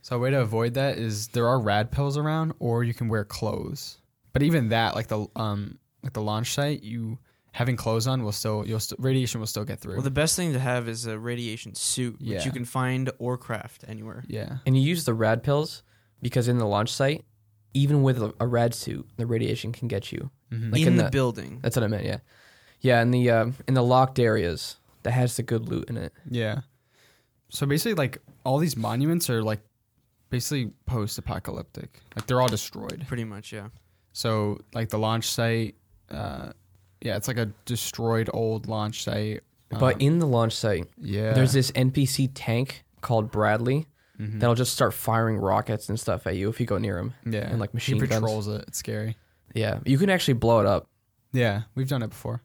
Speaker 3: so a way to avoid that is there are rad pills around, or you can wear clothes. But even that, like the um, like the launch site, you having clothes on will still you'll st- radiation will still get through.
Speaker 2: Well, the best thing to have is a radiation suit, which
Speaker 3: Yeah.
Speaker 2: you can find or craft anywhere.
Speaker 3: yeah,
Speaker 1: And you use the rad pills because in the launch site, even with a, a rad suit, the radiation can get you. Like
Speaker 2: in,
Speaker 1: in
Speaker 2: Mm-hmm. the,
Speaker 1: the-
Speaker 2: building.
Speaker 1: That's what I meant. Yeah, yeah. In the um in the locked areas that has the good loot in it.
Speaker 3: yeah. So basically, like all these monuments are like basically post-apocalyptic. Like they're all destroyed.
Speaker 2: Pretty much, yeah.
Speaker 3: So like the launch site, uh, yeah, it's like a destroyed old launch site.
Speaker 1: But
Speaker 2: Uh-huh.
Speaker 3: Um,
Speaker 1: in the launch site,
Speaker 3: yeah,
Speaker 1: there's this NPC tank called Bradley
Speaker 2: Mm-hmm.
Speaker 1: that'll just start firing rockets and stuff at you if you go near him.
Speaker 3: yeah,
Speaker 1: and, like, machine
Speaker 3: he
Speaker 1: guns.
Speaker 3: patrols it. It's scary.
Speaker 1: Yeah, you can actually blow it up.
Speaker 3: Yeah, we've done it before.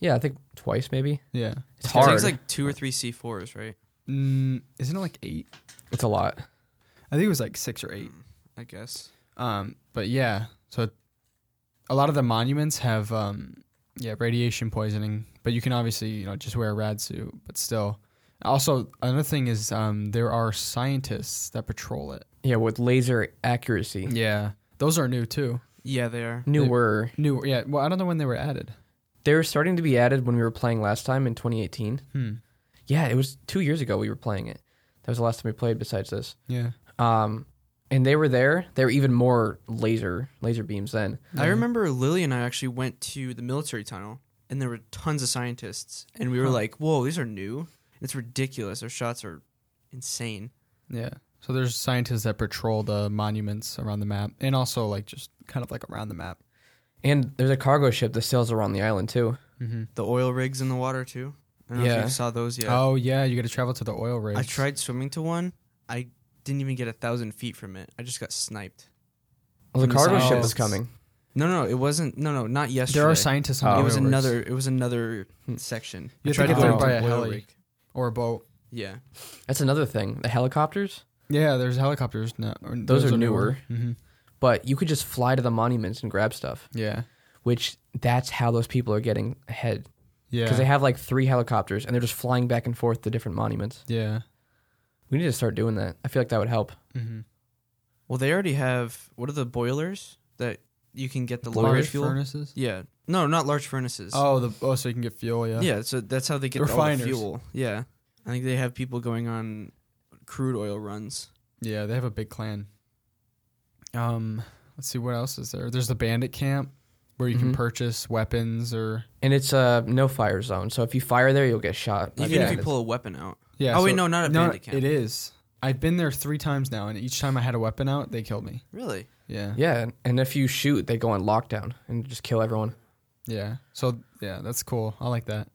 Speaker 3: Yeah,
Speaker 1: Yeah, I think twice maybe.
Speaker 3: yeah.
Speaker 1: It's
Speaker 2: It
Speaker 1: hard.
Speaker 2: takes like two or three C4s, right?
Speaker 3: Mm, isn't it like eight?
Speaker 1: it's a lot.
Speaker 3: I think it was like six or eight.
Speaker 2: I guess.
Speaker 3: Um, but yeah, so it- a lot of the monuments have um, yeah, radiation poisoning. But you can obviously you know just wear a rad suit. But still, also another thing is um, there are scientists that patrol it.
Speaker 1: Yeah, with laser accuracy.
Speaker 3: Yeah, those are new too.
Speaker 2: Yeah, they are.
Speaker 1: Newer.
Speaker 3: New, yeah. Well, I don't know when they were added.
Speaker 1: They were starting to be added when we were playing last time in 2018.
Speaker 3: Hmm.
Speaker 1: Yeah, it was two years ago we were playing it. That was the last time we played. Besides this,
Speaker 3: Yeah.
Speaker 1: um, and they were there. They were even more laser laser beams then.
Speaker 2: I remember Lily and I actually went to the military tunnel, and there were tons of scientists, and we were like, "Whoa, these are new! It's ridiculous. Their shots are insane."
Speaker 3: Yeah. So there's scientists that patrol the monuments around the map and also like just kind of like around the map.
Speaker 1: And there's a cargo ship that sails around the island too.
Speaker 3: Mm-hmm.
Speaker 2: The oil rigs in the water too. I don't know if
Speaker 1: Yeah.
Speaker 2: you saw those yet.
Speaker 3: Oh yeah, you got to travel to the oil rigs.
Speaker 2: I tried swimming to one. I didn't even get a thousand feet from it. I just got sniped.
Speaker 1: Well, the
Speaker 2: From the
Speaker 1: cargo ship
Speaker 3: south.
Speaker 1: is coming.
Speaker 2: No, no, it wasn't. No, no, not yesterday.
Speaker 3: There are scientists.
Speaker 1: Oh.
Speaker 3: On the
Speaker 2: It was
Speaker 3: oil rigs. Hmm.
Speaker 2: another. It was another section.
Speaker 3: You have to
Speaker 2: I tried
Speaker 3: get
Speaker 2: go
Speaker 1: there
Speaker 2: into
Speaker 1: by
Speaker 3: a
Speaker 2: the oil
Speaker 3: heli.
Speaker 2: rig.
Speaker 3: or a boat.
Speaker 2: Yeah.
Speaker 1: That's another thing. The helicopters.
Speaker 3: Yeah, there's helicopters now. or
Speaker 1: Those are newer.
Speaker 3: Mm-hmm.
Speaker 1: but you could just fly to the monuments and grab stuff,
Speaker 3: Yeah.
Speaker 1: which that's how those people are getting ahead
Speaker 3: Yeah.
Speaker 1: because they have like three helicopters and they're just flying back and forth to different monuments.
Speaker 3: yeah.
Speaker 1: We need to start doing that. I feel like that would help.
Speaker 3: Mm-hmm.
Speaker 2: Well, they already have what are the boilers that you can get the
Speaker 3: Large
Speaker 2: large fuel?
Speaker 3: furnaces.
Speaker 2: Yeah, no, not large furnaces.
Speaker 3: Oh, the oh, so you can get fuel. Yeah.
Speaker 2: yeah. So that's how they get all the
Speaker 3: Refiners.
Speaker 2: fuel. Yeah, I think they have people going on crude oil runs.
Speaker 3: Yeah, they have a big clan. Um, let's see what else is there. There's the bandit camp where you can
Speaker 1: Mhm.
Speaker 3: purchase weapons or
Speaker 1: And it's a no fire zone, so if you fire there, you'll get shot. by
Speaker 2: Even
Speaker 3: Yeah.
Speaker 2: if you
Speaker 1: bandits.
Speaker 2: pull a weapon out.
Speaker 3: yeah.
Speaker 2: oh wait,
Speaker 3: so-
Speaker 2: no, not a bandit camp.
Speaker 3: It is. I've been there three times now, and each time I had a weapon out, they killed me.
Speaker 2: Really?
Speaker 3: Yeah.
Speaker 1: yeah, and if you shoot, they go on lockdown and just kill everyone.
Speaker 3: Yeah. So yeah, that's cool. I like that.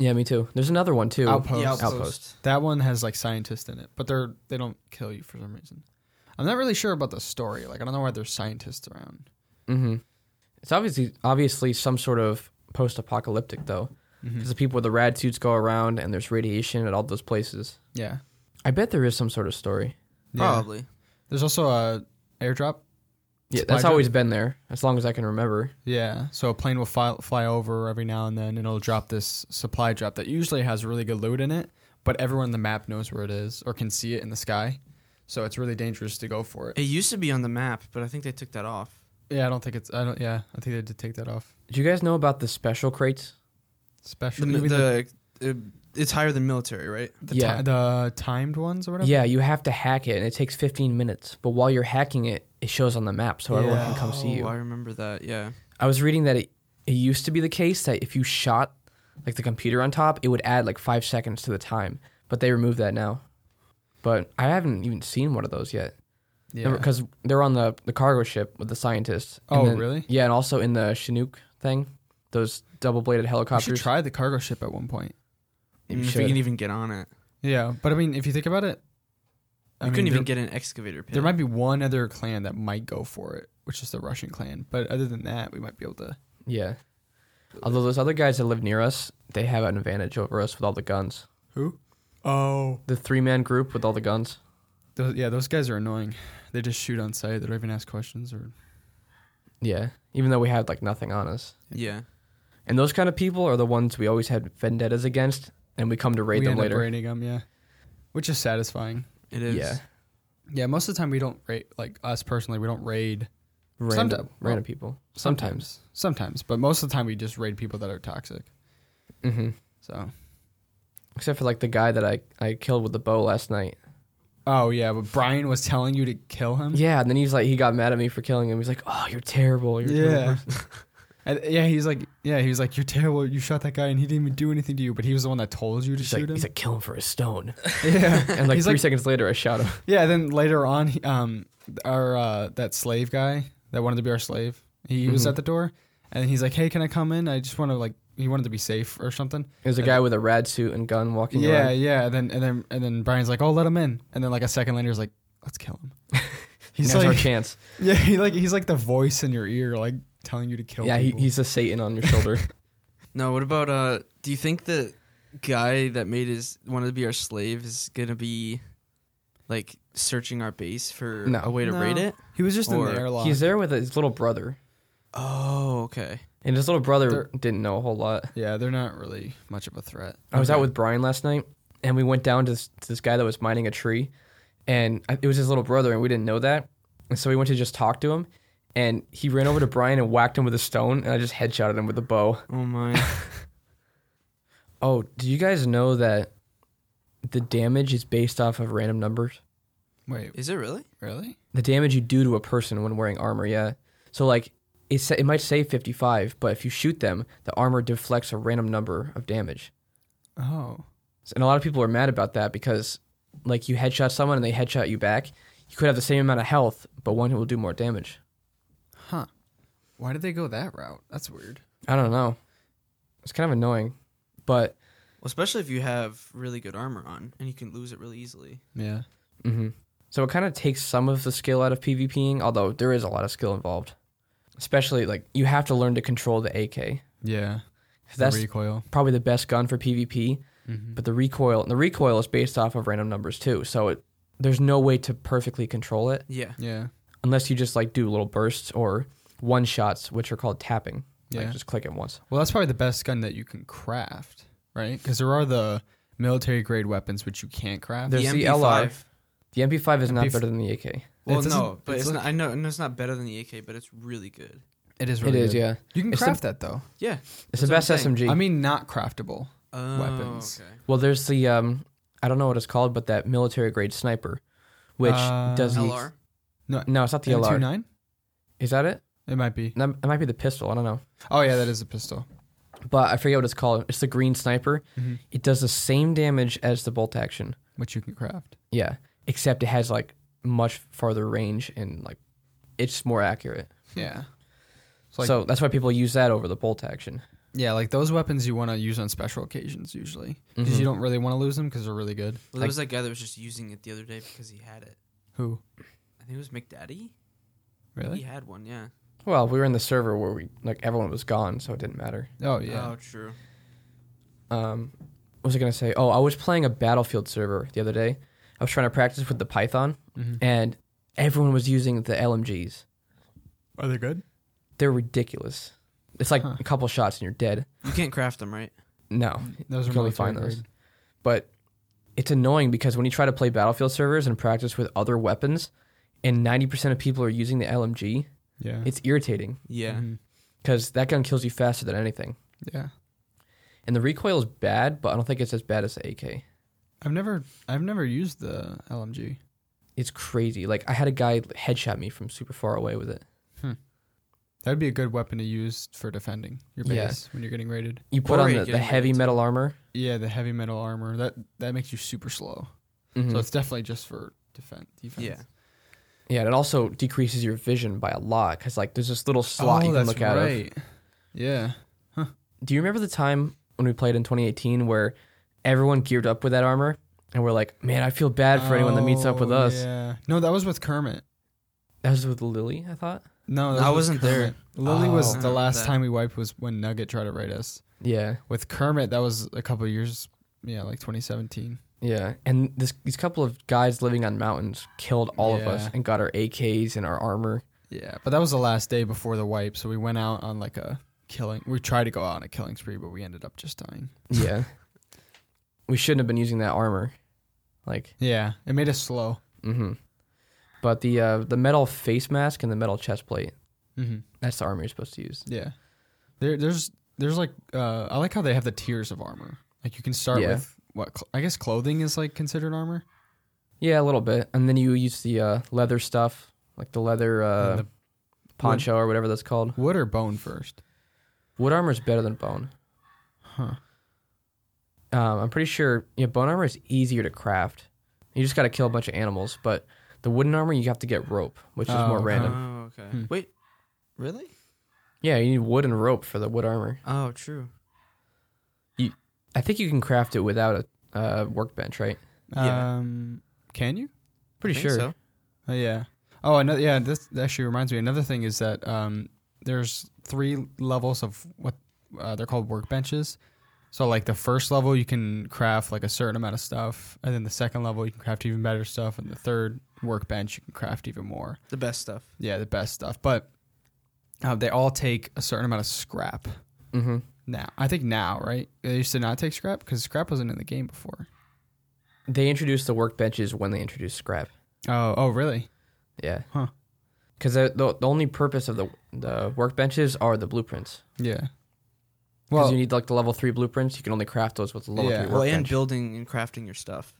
Speaker 1: Yeah, me too. There's another one too.
Speaker 3: Outpost.
Speaker 2: Yeah,
Speaker 1: Outpost.
Speaker 3: That one has like scientists in it, but they're they don't kill you for some reason. I'm not really sure about the story. Like I don't know why there's scientists around.
Speaker 1: hmm It's obviously obviously some sort of post-apocalyptic though,
Speaker 2: Mm-hmm.
Speaker 1: because the people with the rad suits go around and there's radiation at all those places.
Speaker 3: Yeah.
Speaker 1: I bet there is some sort of story.
Speaker 3: Yeah.
Speaker 2: Probably.
Speaker 3: There's also a airdrop.
Speaker 1: Yeah,
Speaker 3: Supply
Speaker 1: that's
Speaker 3: drop?
Speaker 1: always been there as long as I can remember.
Speaker 3: Yeah. So a plane will fly, fly over every now and then, and it'll drop this supply drop that usually has really good loot in it, but everyone on the map knows where it is or can see it in the sky. So it's really dangerous to go for it.
Speaker 2: It used to be on the map, but I think they took that off.
Speaker 3: Yeah, I don't think it's. I don't. Yeah, I think they did take that off.
Speaker 1: Did you guys know about the special crates?
Speaker 3: Special.
Speaker 2: The,
Speaker 3: you
Speaker 2: mi-
Speaker 3: mean
Speaker 2: the, uh, it's higher than military, right?
Speaker 3: the,
Speaker 1: yeah.
Speaker 3: ti- the timed ones or whatever.
Speaker 1: Yeah, you have to hack it and it takes 15 minutes. But while you're hacking it, it shows on the map so everyone
Speaker 3: Yeah.
Speaker 1: can come see
Speaker 2: Oh,
Speaker 1: you.
Speaker 2: I remember that. Yeah.
Speaker 1: I was reading that it, it used to be the case that if you shot like the computer on top, it would add like five seconds to the time. But they removed that now. But I haven't even seen one of those yet.
Speaker 3: Yeah.
Speaker 1: Because they're on the, the cargo ship with the scientists. And
Speaker 3: Oh,
Speaker 1: then-
Speaker 3: really?
Speaker 1: Yeah, and also in the Chinook thing, those double bladed
Speaker 3: We should
Speaker 1: helicopters.
Speaker 3: try the cargo ship at one point.
Speaker 1: You
Speaker 2: Even if
Speaker 1: should.
Speaker 2: we can even get on it.
Speaker 3: Yeah, but I mean, if you think about it,
Speaker 2: We couldn't even get an excavator pit.
Speaker 3: There might be one other clan that might go for it, which is the Russian clan. But other than that, we might be able to.
Speaker 1: Yeah. Although those other guys that live near us, they have an advantage over us with all the guns.
Speaker 3: Who? Oh,
Speaker 1: The three man group with all the guns.
Speaker 3: those, yeah, those guys are annoying. They just shoot on sight. They don't even ask questions or.
Speaker 1: Yeah. Even though we had like nothing on us.
Speaker 2: yeah.
Speaker 1: And those kind of people are the ones we always had vendettas against, and we come to raid
Speaker 3: we
Speaker 1: them
Speaker 3: end up
Speaker 1: later.
Speaker 3: raiding them, yeah, which is satisfying.
Speaker 2: It is.
Speaker 1: Yeah.
Speaker 3: Yeah, most of the time we don't raid. Like us personally, we don't raid.
Speaker 1: Random,
Speaker 3: Sometime-
Speaker 1: random people. Sometimes.
Speaker 3: sometimes, but most of the time we just raid people that are toxic.
Speaker 1: hmm
Speaker 3: So.
Speaker 1: Except for like the guy that I, I killed with the bow last night.
Speaker 3: Oh yeah, but Brian was telling you to kill him.
Speaker 1: Yeah. And then he's like, he got mad at me for killing him. He's like, oh, you're terrible. You're a terrible
Speaker 3: Yeah.
Speaker 1: person."
Speaker 3: [laughs] And, yeah, he's like, yeah, he was like, you're terrible. You shot that guy, and he didn't even do anything to you. But he was the one that told you to
Speaker 1: He's
Speaker 3: shoot
Speaker 1: like,
Speaker 3: him.
Speaker 1: he's like, kill him for a stone.
Speaker 3: [laughs] yeah,
Speaker 1: [laughs] And like
Speaker 3: He's
Speaker 1: three
Speaker 3: like-
Speaker 1: seconds later, I shot him. [laughs]
Speaker 3: yeah. Then later on, he, um, our uh, that slave guy that wanted to be our slave, he was
Speaker 1: Mhm.
Speaker 3: at the door, and he's like, hey, can I come in? I just want to like, he wanted to be safe or something.
Speaker 1: There's a guy with a rad suit and gun walking
Speaker 3: Yeah,
Speaker 1: around.
Speaker 3: yeah. And then and then and then Brian's like, oh, let him in. And then like a second later, he's like, let's kill him.
Speaker 1: [laughs]
Speaker 3: He's
Speaker 1: Now's our
Speaker 3: like,
Speaker 1: chance.
Speaker 3: [laughs] yeah, he like he's like the voice in your ear, like telling you to kill.
Speaker 1: Yeah, he,
Speaker 3: people.
Speaker 1: he's a Satan on your
Speaker 3: [laughs]
Speaker 1: shoulder.
Speaker 2: No, what about uh do you think the guy that made his wanted to be our slave is gonna be like searching our base for
Speaker 1: No.
Speaker 2: a way to
Speaker 3: No.
Speaker 2: raid it?
Speaker 3: he was just in
Speaker 2: or-
Speaker 3: the airlock.
Speaker 1: He's there with his little brother,
Speaker 2: Oh, okay.
Speaker 1: and his little brother
Speaker 3: They're-
Speaker 1: didn't know a whole lot.
Speaker 3: yeah, they're not really much of a threat.
Speaker 1: I was out
Speaker 2: Okay.
Speaker 1: with Brian last night, and we went down to this, to this guy that was mining a tree, and I- it was his little brother, and we didn't know that, and so we went to just talk to him, and he ran over to Brian and whacked him with a stone, and I just headshotted him with a bow.
Speaker 2: Oh my
Speaker 1: Oh, do you guys know that the damage is based off of random numbers?
Speaker 3: Wait,
Speaker 2: Is it really?
Speaker 3: really?
Speaker 1: the damage you do to a person when wearing armor. Yeah. So like it sa- it might say 55, but if you shoot them, the armor deflects a random number of damage.
Speaker 3: Oh.
Speaker 1: S- And a lot of people are mad about that because like you headshot someone and they headshot you back, you could have the same amount of health, but one will do more damage.
Speaker 3: Huh. Why did they go that route? That's weird.
Speaker 1: I don't know. It's kind of annoying, but
Speaker 2: Well, especially if you have really good armor on and you can lose it really easily.
Speaker 3: Yeah.
Speaker 1: hmm so it kind of takes some of the skill out of PvPing, although there is a lot of skill involved. Especially like you have to learn to control the AK.
Speaker 3: Yeah.
Speaker 1: That's
Speaker 3: the recoil.
Speaker 1: probably the best gun for PvP.
Speaker 3: Mm-hmm.
Speaker 1: but the recoil and the recoil is based off of random numbers too so it, there's no way to perfectly control it
Speaker 2: Yeah.
Speaker 3: Yeah.
Speaker 1: unless you just like do little bursts or one shots, which are called tapping. Like
Speaker 3: Yeah.
Speaker 1: just click it once.
Speaker 3: Well, that's probably the best gun that you can craft, right? Because there are the military grade weapons which you can't craft.
Speaker 1: There's the LR. The MP5 is not
Speaker 3: MP5
Speaker 1: better than the AK.
Speaker 2: Well,
Speaker 3: It doesn't-
Speaker 2: no, but
Speaker 3: it's
Speaker 2: it's
Speaker 3: like-
Speaker 2: not, I know, I know it's not better than the AK, but it's really good.
Speaker 3: it is.
Speaker 1: it
Speaker 3: Really
Speaker 1: is,
Speaker 3: good.
Speaker 1: yeah.
Speaker 3: You can
Speaker 1: It's the-
Speaker 3: craft that though.
Speaker 2: Yeah,
Speaker 1: It's the
Speaker 2: That's
Speaker 1: best
Speaker 2: what I'm
Speaker 1: SMG.
Speaker 3: I mean, not craftable.
Speaker 2: oh,
Speaker 3: Weapons.
Speaker 2: Okay.
Speaker 1: well, there's the um, I don't know what it's called, but that military grade sniper, which
Speaker 3: Uh,
Speaker 1: does the
Speaker 2: LR.
Speaker 1: no, it's not the LR.
Speaker 3: M29?
Speaker 1: Is that it?
Speaker 3: It might be.
Speaker 1: No, It might be the pistol. I don't know,
Speaker 3: Oh yeah, that is a pistol.
Speaker 1: but I forget what it's called. It's the green sniper.
Speaker 3: Mhm.
Speaker 1: It does the same damage as the bolt action.
Speaker 3: Which you can craft.
Speaker 1: Yeah, except it has like much farther range and like it's more accurate.
Speaker 3: Yeah. It's like-
Speaker 1: so that's why people use that over the bolt action.
Speaker 3: Yeah, like those weapons you want to use on special occasions usually because
Speaker 1: Mhm.
Speaker 3: you don't really want to lose them because they're really good.
Speaker 2: Well, there was that guy that was just using it the other day because he had it.
Speaker 3: Who?
Speaker 2: I think it was McDaddy. He
Speaker 3: Really?
Speaker 2: had one. Yeah.
Speaker 1: Well, we were in the server where we like everyone was gone, so it didn't matter.
Speaker 3: Oh yeah.
Speaker 2: Oh, true.
Speaker 1: um, what was I gonna say? Oh, I was playing a Battlefield server the other day. I was trying to practice with the Python,
Speaker 3: Mhm.
Speaker 1: and everyone was using the LMGs.
Speaker 3: Are they good?
Speaker 1: They're ridiculous. It's like
Speaker 3: Huh. Mm.
Speaker 1: a couple shots and you're dead.
Speaker 2: You can't craft them, right?
Speaker 1: No,
Speaker 3: Those
Speaker 1: you
Speaker 3: are
Speaker 1: can only
Speaker 3: really
Speaker 1: find
Speaker 3: fine.
Speaker 1: those. But it's annoying because when you try to play Battlefield servers and practice with other weapons, and ninety percent of people are using the LMG,
Speaker 3: Yeah.
Speaker 1: it's irritating
Speaker 2: Yeah.
Speaker 1: mm.
Speaker 3: Mhm.
Speaker 1: because that gun kills you faster than anything.
Speaker 3: Yeah.
Speaker 1: And the recoil is bad, but I don't think it's as bad as the AK.
Speaker 3: I've never I've never used the LMG.
Speaker 1: It's crazy. Like I had a guy headshot me from super far away with it.
Speaker 3: That'd be a good weapon to use for defending your base
Speaker 1: Yeah.
Speaker 3: when you're getting raided.
Speaker 1: You put
Speaker 2: Or
Speaker 1: on
Speaker 2: you
Speaker 1: the,
Speaker 2: get
Speaker 1: the
Speaker 2: it
Speaker 1: heavy
Speaker 2: rated.
Speaker 1: metal armor.
Speaker 3: Yeah, the heavy metal armor that that makes you super slow.
Speaker 1: Mm.
Speaker 3: So it's definitely just for defense. defense.
Speaker 2: Yeah.
Speaker 1: yeah, and it also decreases your vision by a lot because like there's this little slot
Speaker 3: oh,
Speaker 1: you can
Speaker 3: that's
Speaker 1: look out of.
Speaker 3: right. Yeah.
Speaker 1: Do you remember the time when we played in 2018 where everyone geared up with that armor and we're like, man, I feel bad for anyone that meets up with
Speaker 3: Oh,
Speaker 1: us.
Speaker 3: Yeah. No, that was with Kermit.
Speaker 1: That was with Lily, I thought.
Speaker 3: No,
Speaker 2: No,
Speaker 3: that
Speaker 2: I
Speaker 3: was
Speaker 2: wasn't
Speaker 3: with
Speaker 2: there.
Speaker 3: Kermit. Lily
Speaker 1: Oh.
Speaker 3: was the last
Speaker 2: That-
Speaker 3: time we wiped was when Nugget tried to raid us.
Speaker 1: Yeah,
Speaker 3: With Kermit, that was a couple years, yeah, like 2017.
Speaker 1: yeah. And this these couple of guys living on mountains killed all of us
Speaker 3: Yeah.
Speaker 1: and got our AKs and our armor.
Speaker 3: Yeah, but that was the last day before the wipe, so we went out on like a killing. We tried to go out on a killing spree, but we ended up just dying.
Speaker 1: Yeah, we shouldn't have been using that armor. Like,
Speaker 3: Yeah, it made us slow.
Speaker 1: Mm-hmm. But the uh, the metal face mask and the metal chest plate,
Speaker 3: Mm-hmm.
Speaker 1: that's the armor you're supposed to use.
Speaker 3: Yeah, there, there's there's like uh, I like how they have the tiers of armor. Like you can start
Speaker 1: Yeah.
Speaker 3: with what cl- I guess clothing is like considered armor.
Speaker 1: Yeah, a little bit. And then you use the uh, leather stuff, like the leather uh,
Speaker 3: And the
Speaker 1: poncho or whatever that's called.
Speaker 3: wood or bone first.
Speaker 1: Wood armor is better than bone.
Speaker 3: Huh.
Speaker 1: Um, I'm pretty sure yeah, bone armor is easier to craft. You just got to kill a bunch of animals. But the wooden armor, you have to get rope, which is
Speaker 3: Oh,
Speaker 1: more
Speaker 3: okay.
Speaker 1: random.
Speaker 2: Oh, okay.
Speaker 3: Hmm.
Speaker 2: Wait. Really?
Speaker 1: Yeah, you need wood and rope for the wood armor.
Speaker 2: Oh, true.
Speaker 1: I think you can craft it without a uh, workbench, right?
Speaker 2: Yeah.
Speaker 3: Um, can you?
Speaker 1: Pretty
Speaker 2: I think
Speaker 1: sure.
Speaker 2: So.
Speaker 3: Oh yeah. Oh, another yeah. This actually reminds me. Another thing is that um, there's three levels of what uh, they're called workbenches. So like the first level, you can craft like a certain amount of stuff, and then the second level, you can craft even better stuff, and the third workbench, you can craft even more.
Speaker 2: The best stuff.
Speaker 3: Yeah, the best stuff. But uh, they all take a certain amount of scrap.
Speaker 1: Mm-hmm.
Speaker 3: Now, I think now, right? They used to not take scrap because scrap wasn't in the game before.
Speaker 1: They introduced the workbenches when they introduced scrap.
Speaker 3: Oh, oh, really?
Speaker 1: Yeah.
Speaker 3: Huh.
Speaker 1: Because the, the the only purpose of the the workbenches are the blueprints.
Speaker 3: Yeah.
Speaker 1: Because
Speaker 3: Well,
Speaker 1: you need like the level three blueprints. You can only craft those with the level
Speaker 3: Yeah.
Speaker 1: three
Speaker 2: Well, and
Speaker 1: workbench.
Speaker 2: building and crafting your stuff.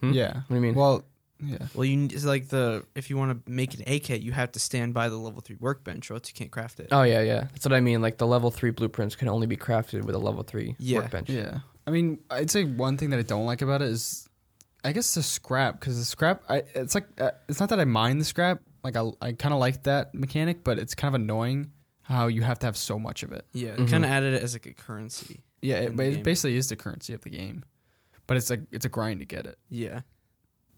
Speaker 1: Hmm?
Speaker 3: yeah.
Speaker 1: What do you mean?
Speaker 3: Well, yeah.
Speaker 2: Well, you need- it's like the if you want to make an AK, you have to stand by the level three workbench, or else you can't craft it.
Speaker 1: oh yeah, yeah. That's what I mean. Like the level three blueprints can only be crafted with a level three
Speaker 2: Yeah.
Speaker 1: workbench.
Speaker 3: Yeah. I mean, I'd say one thing that I don't like about it is, I guess the scrap because the scrap, I it's like uh, it's not that I mind the scrap. Like I, I kind of like that mechanic, but it's kind of annoying how you have to have so much of it.
Speaker 2: Yeah,
Speaker 1: Mhm.
Speaker 2: kind of added it as like a currency.
Speaker 3: Yeah,
Speaker 2: In
Speaker 3: it,
Speaker 2: the
Speaker 3: but
Speaker 2: game.
Speaker 3: it basically is the currency of the game, but it's like it's a grind to get it.
Speaker 2: Yeah.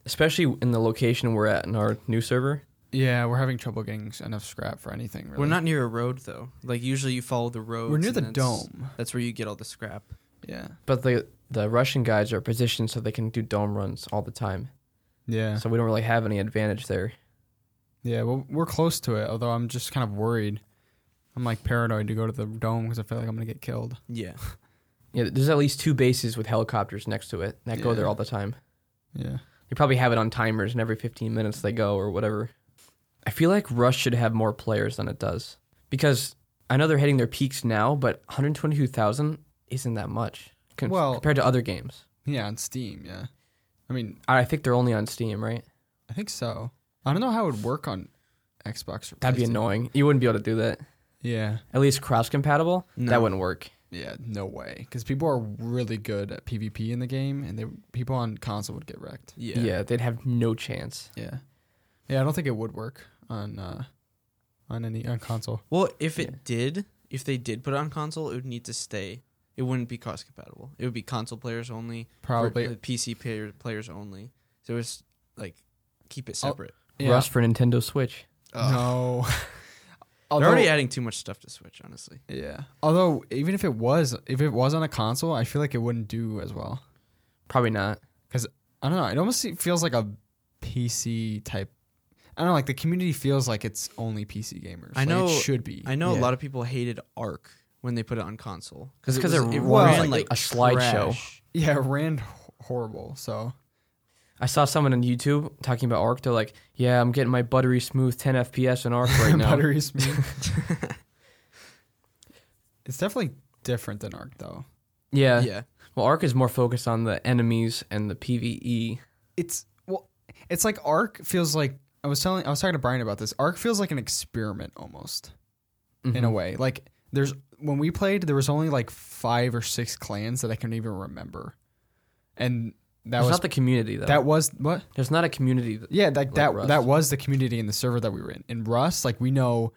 Speaker 1: Especially in the location we're at in our new server.
Speaker 3: Yeah, we're having trouble getting s- enough scrap for anything. Really.
Speaker 2: We're not near a road though. Like usually you follow the road.
Speaker 3: We're near the dome.
Speaker 2: That's where you get all the scrap.
Speaker 3: Yeah.
Speaker 1: But the the Russian guys are positioned so they can do dome runs all the time.
Speaker 3: Yeah.
Speaker 1: So we don't really have any advantage there.
Speaker 3: Yeah, well, we're close to it. Although I'm just kind of worried. I'm like paranoid to go to the dome because I feel like I'm gonna get killed.
Speaker 2: Yeah.
Speaker 1: Yeah, there's at least two bases with helicopters next to it that go
Speaker 3: Yeah.
Speaker 1: there all the time.
Speaker 3: Yeah.
Speaker 1: They probably have it on timers, and every 15 minutes they go or whatever. I feel like Rush should have more players than it does because I know they're hitting their peaks now, but 122,000 isn't that much con-
Speaker 3: Well-
Speaker 1: compared to other games.
Speaker 3: Yeah, on Steam. Yeah. I mean,
Speaker 1: I I think they're only on Steam, right?
Speaker 3: I think so. I don't know how it would work on Xbox. Or
Speaker 1: That'd be
Speaker 3: PlayStation.
Speaker 1: annoying. You wouldn't be able to do that.
Speaker 3: Yeah.
Speaker 1: At least cross compatible, that
Speaker 2: No.
Speaker 1: wouldn't work.
Speaker 3: Yeah. No way. Because people are really good at PvP in the game, and they people on console would get wrecked.
Speaker 2: [laughs] Yeah.
Speaker 1: Yeah. they'd have no chance.
Speaker 3: Yeah. Yeah, I don't think it would work on uh, on any on console.
Speaker 2: Well, if it
Speaker 1: Yeah.
Speaker 2: did, if they did put it on console, it would need to stay. It wouldn't be cross compatible. It would be console players only. or,
Speaker 3: Probably.
Speaker 2: uh, PC player, players only. So it's like keep it
Speaker 3: I'll-
Speaker 2: separate.
Speaker 3: Yeah.
Speaker 1: Rust for Nintendo Switch.
Speaker 3: No. [laughs]
Speaker 2: They're
Speaker 3: Although,
Speaker 2: already adding too much stuff to Switch, honestly.
Speaker 3: yeah. Although even if it was if it was on a console, I feel like it wouldn't do as well.
Speaker 1: Probably not.
Speaker 3: I don't know. It almost se- feels like a PC type. I don't know. Like the community feels like it's only PC gamers.
Speaker 2: I
Speaker 3: Like,
Speaker 2: know-
Speaker 3: it should be.
Speaker 2: I know
Speaker 3: Yeah.
Speaker 2: a lot of people hated Arc when they put it on console
Speaker 1: It's 'cause
Speaker 2: was-
Speaker 1: it runs
Speaker 2: ran
Speaker 1: like a
Speaker 2: trash.
Speaker 1: slideshow.
Speaker 3: Yeah, it ran h- horrible. So
Speaker 1: I saw someone on YouTube talking about Arc. They're like, "Yeah, I'm getting my buttery smooth 10 FPS in Arc
Speaker 3: [laughs]
Speaker 1: right now."
Speaker 3: buttery smooth. it's definitely different than Arc though.
Speaker 1: Yeah.
Speaker 2: Yeah,
Speaker 1: Well, Arc is more focused on the enemies and the E. PVE.
Speaker 3: it's well it's like arc feels like i was telling i was talking to brian about this arc feels like an experiment almost in a way like there's when we played there was only like five or six clans that i can even remember and that
Speaker 1: There's
Speaker 3: was
Speaker 1: not the community though.
Speaker 3: that was what
Speaker 1: There's not a community. That,
Speaker 3: yeah like that
Speaker 1: Rust.
Speaker 3: that was the community in the server that we were in in rust like we know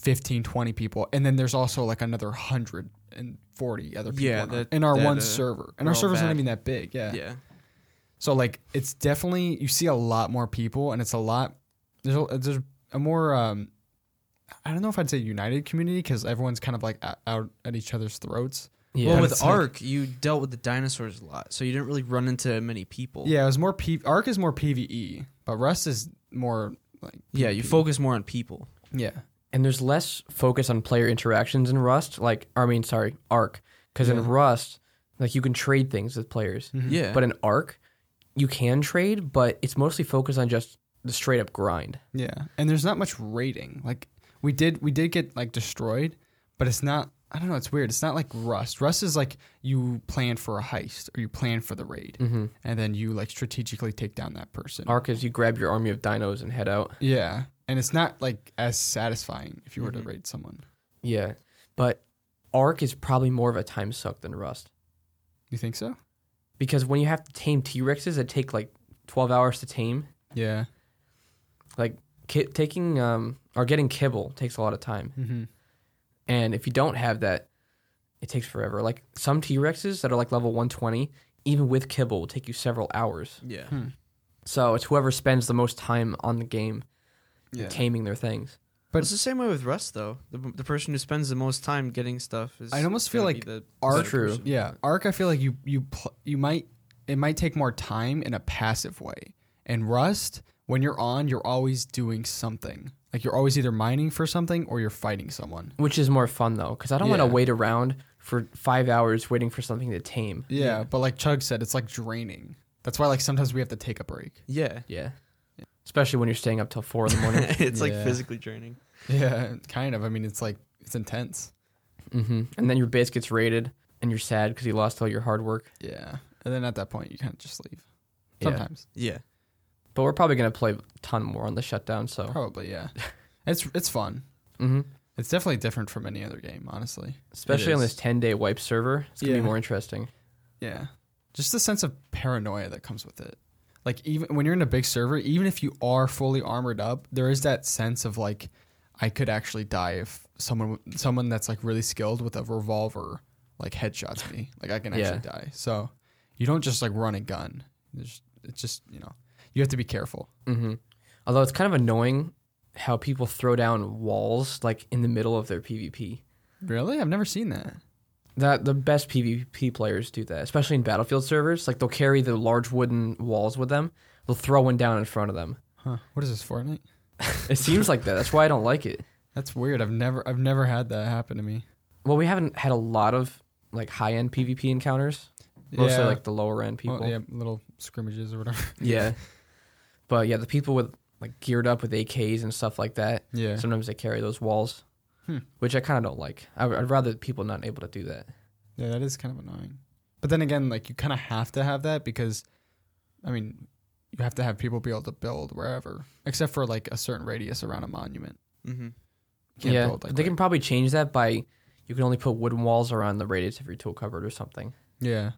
Speaker 3: 15 20 people and then there's also like another 140 other people
Speaker 2: Yeah,
Speaker 3: in,
Speaker 2: that-
Speaker 3: our, in our
Speaker 2: that,
Speaker 3: one
Speaker 2: uh,
Speaker 3: server and
Speaker 2: they're
Speaker 3: our
Speaker 2: all
Speaker 3: server's not
Speaker 2: bad.
Speaker 3: even that big
Speaker 2: yeah.
Speaker 3: so like it's definitely you see a lot more people and it's a lot there's a, there's a more um I don't know if I'd say united community because everyone's kind of like o- out at each other's throats.
Speaker 1: yeah.
Speaker 2: Well,
Speaker 3: But
Speaker 2: with
Speaker 3: it's like-
Speaker 2: Arc, you dealt with the dinosaurs a lot, so you didn't really run into many people.
Speaker 3: Yeah, it was more P- Arc is more PVE, but Rust is more like
Speaker 2: yeah. You
Speaker 3: PvP.
Speaker 2: focus more on people.
Speaker 3: yeah
Speaker 1: and there's less focus on player interactions in Rust. Like, I mean, sorry, Arc. Because in
Speaker 3: Yeah. Mm-hmm.
Speaker 1: Rust, like you can trade things with players,
Speaker 2: Yeah,
Speaker 1: but in Arc, you can trade, but it's mostly focused on just the straight up grind.
Speaker 3: yeah, and there's not much rating. Like we did we did get like destroyed, but it's not. I don't know. It's weird. It's not like Rust. Rust is like you plan for a heist or you plan for the raid, and then you like strategically take down that person.
Speaker 1: Arc is you grab your army of dinos and head out.
Speaker 3: Yeah, and it's not like as satisfying if you were to raid someone.
Speaker 1: Yeah, but Arc is probably more of a time suck than Rust.
Speaker 3: You think so?
Speaker 1: because when you have to tame T Rexes that take like 12 hours to tame,
Speaker 3: Yeah.
Speaker 1: like ki- taking um, or getting kibble takes a lot of time.
Speaker 3: Mm-hmm.
Speaker 1: And if you don't have that, it takes forever. Like some T Rexes that are like level 120, even with kibble, will take you several hours.
Speaker 2: yeah.
Speaker 3: Hmm.
Speaker 1: So it's whoever spends the most time on the game
Speaker 3: Yeah.
Speaker 1: taming their things.
Speaker 3: But-
Speaker 2: it's the same way with Rust, though. The, the person who spends the most time getting stuff is.
Speaker 3: I almost feel
Speaker 2: gonna be
Speaker 3: like
Speaker 2: the
Speaker 3: Arc-
Speaker 2: better
Speaker 1: True.
Speaker 2: person.
Speaker 3: Yeah. Arc, I feel like you you pl- you might it might take more time in a passive way. And Rust, when you're on, you're always doing something. Like you're always either mining for something or you're fighting someone.
Speaker 1: Which is more fun though, because I don't want
Speaker 3: Yeah.
Speaker 1: to wait around for five hours waiting for something to tame.
Speaker 3: Yeah, but like Chug said, it's like draining. That's why like sometimes we have to take a
Speaker 2: [laughs]
Speaker 3: break.
Speaker 2: Yeah.
Speaker 1: Yeah. Especially when you're staying up till four in the morning.
Speaker 2: it's like
Speaker 3: Yeah.
Speaker 2: physically draining.
Speaker 3: Yeah, kind of. I mean, it's like it's intense.
Speaker 1: hmm And then your base gets raided and you're sad because you lost all your hard work.
Speaker 3: Yeah. And then at that point, you kind of just leave.
Speaker 1: Yeah.
Speaker 3: Sometimes.
Speaker 2: Yeah.
Speaker 1: But we're probably going to play a ton more on the shutdown. So,
Speaker 3: Probably, yeah. it's it's fun.
Speaker 1: hmm
Speaker 3: It's definitely different from any other game, honestly.
Speaker 1: especially on
Speaker 2: is.
Speaker 1: this 10 day wipe server, it's going to
Speaker 3: Yeah.
Speaker 1: be more interesting.
Speaker 3: Yeah. Just the sense of paranoia that comes with it. Like even when you're in a big server, even if you are fully armored up, there is that sense of like I could actually die if someone someone that's like really skilled with a revolver like headshots me. Like I can actually
Speaker 1: Yeah.
Speaker 3: die. So you don't just like run and gun. There's it's just, you know, you have to be careful.
Speaker 1: hmm Although it's kind of annoying how people throw down walls like in the middle of their PvP.
Speaker 3: Really? I've never seen that.
Speaker 1: That the best PvP players do that, especially in battlefield servers. Like they'll carry the large wooden walls with them. They'll throw one down in front of them.
Speaker 3: Huh. What is this Fortnite?
Speaker 1: It seems like that. That's why I don't like it.
Speaker 3: That's weird. I've never I've never had that happen to me.
Speaker 1: Well, we haven't had a lot of like high end PvP encounters. Mostly like the lower end people.
Speaker 3: Well, yeah, little scrimmages or whatever. [laughs]
Speaker 1: Yeah. But yeah, the people with like geared up with AKs and stuff like that.
Speaker 3: Yeah.
Speaker 1: Sometimes they carry those walls,
Speaker 3: Hmm.
Speaker 1: which I kind of don't like. I, would- I'd rather people not able to do that.
Speaker 3: Yeah, that is kind of annoying. But then again, like you kind of have to have that because, I mean, you have to have people be able to build wherever, except for like a certain radius around a monument.
Speaker 2: Mm-hmm.
Speaker 3: You can't
Speaker 1: yeah,
Speaker 3: build like
Speaker 1: they can
Speaker 3: right-
Speaker 1: probably change that by you can only put wooden walls around the radius of your tool cupboard or something.
Speaker 3: Yeah,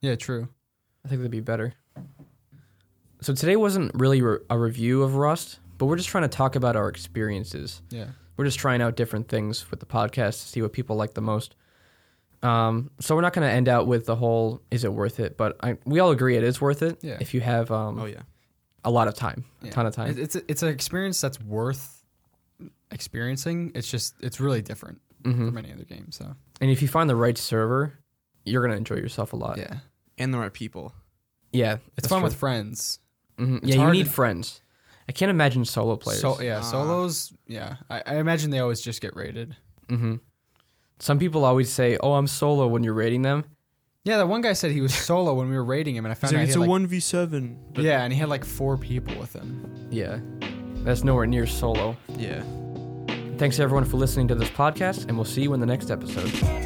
Speaker 3: yeah, true.
Speaker 1: I think that'd be better. So today wasn't really re- a review of Rust, but we're just trying to talk about our experiences.
Speaker 3: Yeah,
Speaker 1: We're just trying out different things with the podcast to see what people like the most. Um, so we're not going to end out with the whole "is it worth it," but I, we all agree it is worth it
Speaker 3: Yeah.
Speaker 1: if you have um,
Speaker 2: Oh yeah.
Speaker 1: a lot of time, a
Speaker 3: Yeah.
Speaker 1: ton of time.
Speaker 3: It- it's a, it's an experience that's worth experiencing. It's just it's really different
Speaker 1: hmm
Speaker 3: from any other game. So
Speaker 1: And if you find the right server, you're gonna enjoy yourself a lot.
Speaker 3: yeah,
Speaker 2: And the right people.
Speaker 1: yeah,
Speaker 3: it's fun with friends.
Speaker 1: hmm
Speaker 3: it's
Speaker 1: Yeah, you
Speaker 3: hard
Speaker 1: need
Speaker 3: to-
Speaker 1: friends. I can't imagine solo players.
Speaker 3: So yeah,
Speaker 2: Ah.
Speaker 3: solos. Yeah, I, I imagine they always just get rated.
Speaker 1: hmm Some people always say, "Oh, I'm solo" when you're rating them.
Speaker 3: Yeah, that one guy said
Speaker 1: [laughs]
Speaker 3: he was solo when we were rating him, and I found out he had, like,
Speaker 2: one v seven.
Speaker 3: Yeah, and he had like four people with him.
Speaker 1: Yeah, that's nowhere near solo.
Speaker 2: Yeah.
Speaker 1: Thanks everyone for listening to this podcast, and we'll see you in the next episode.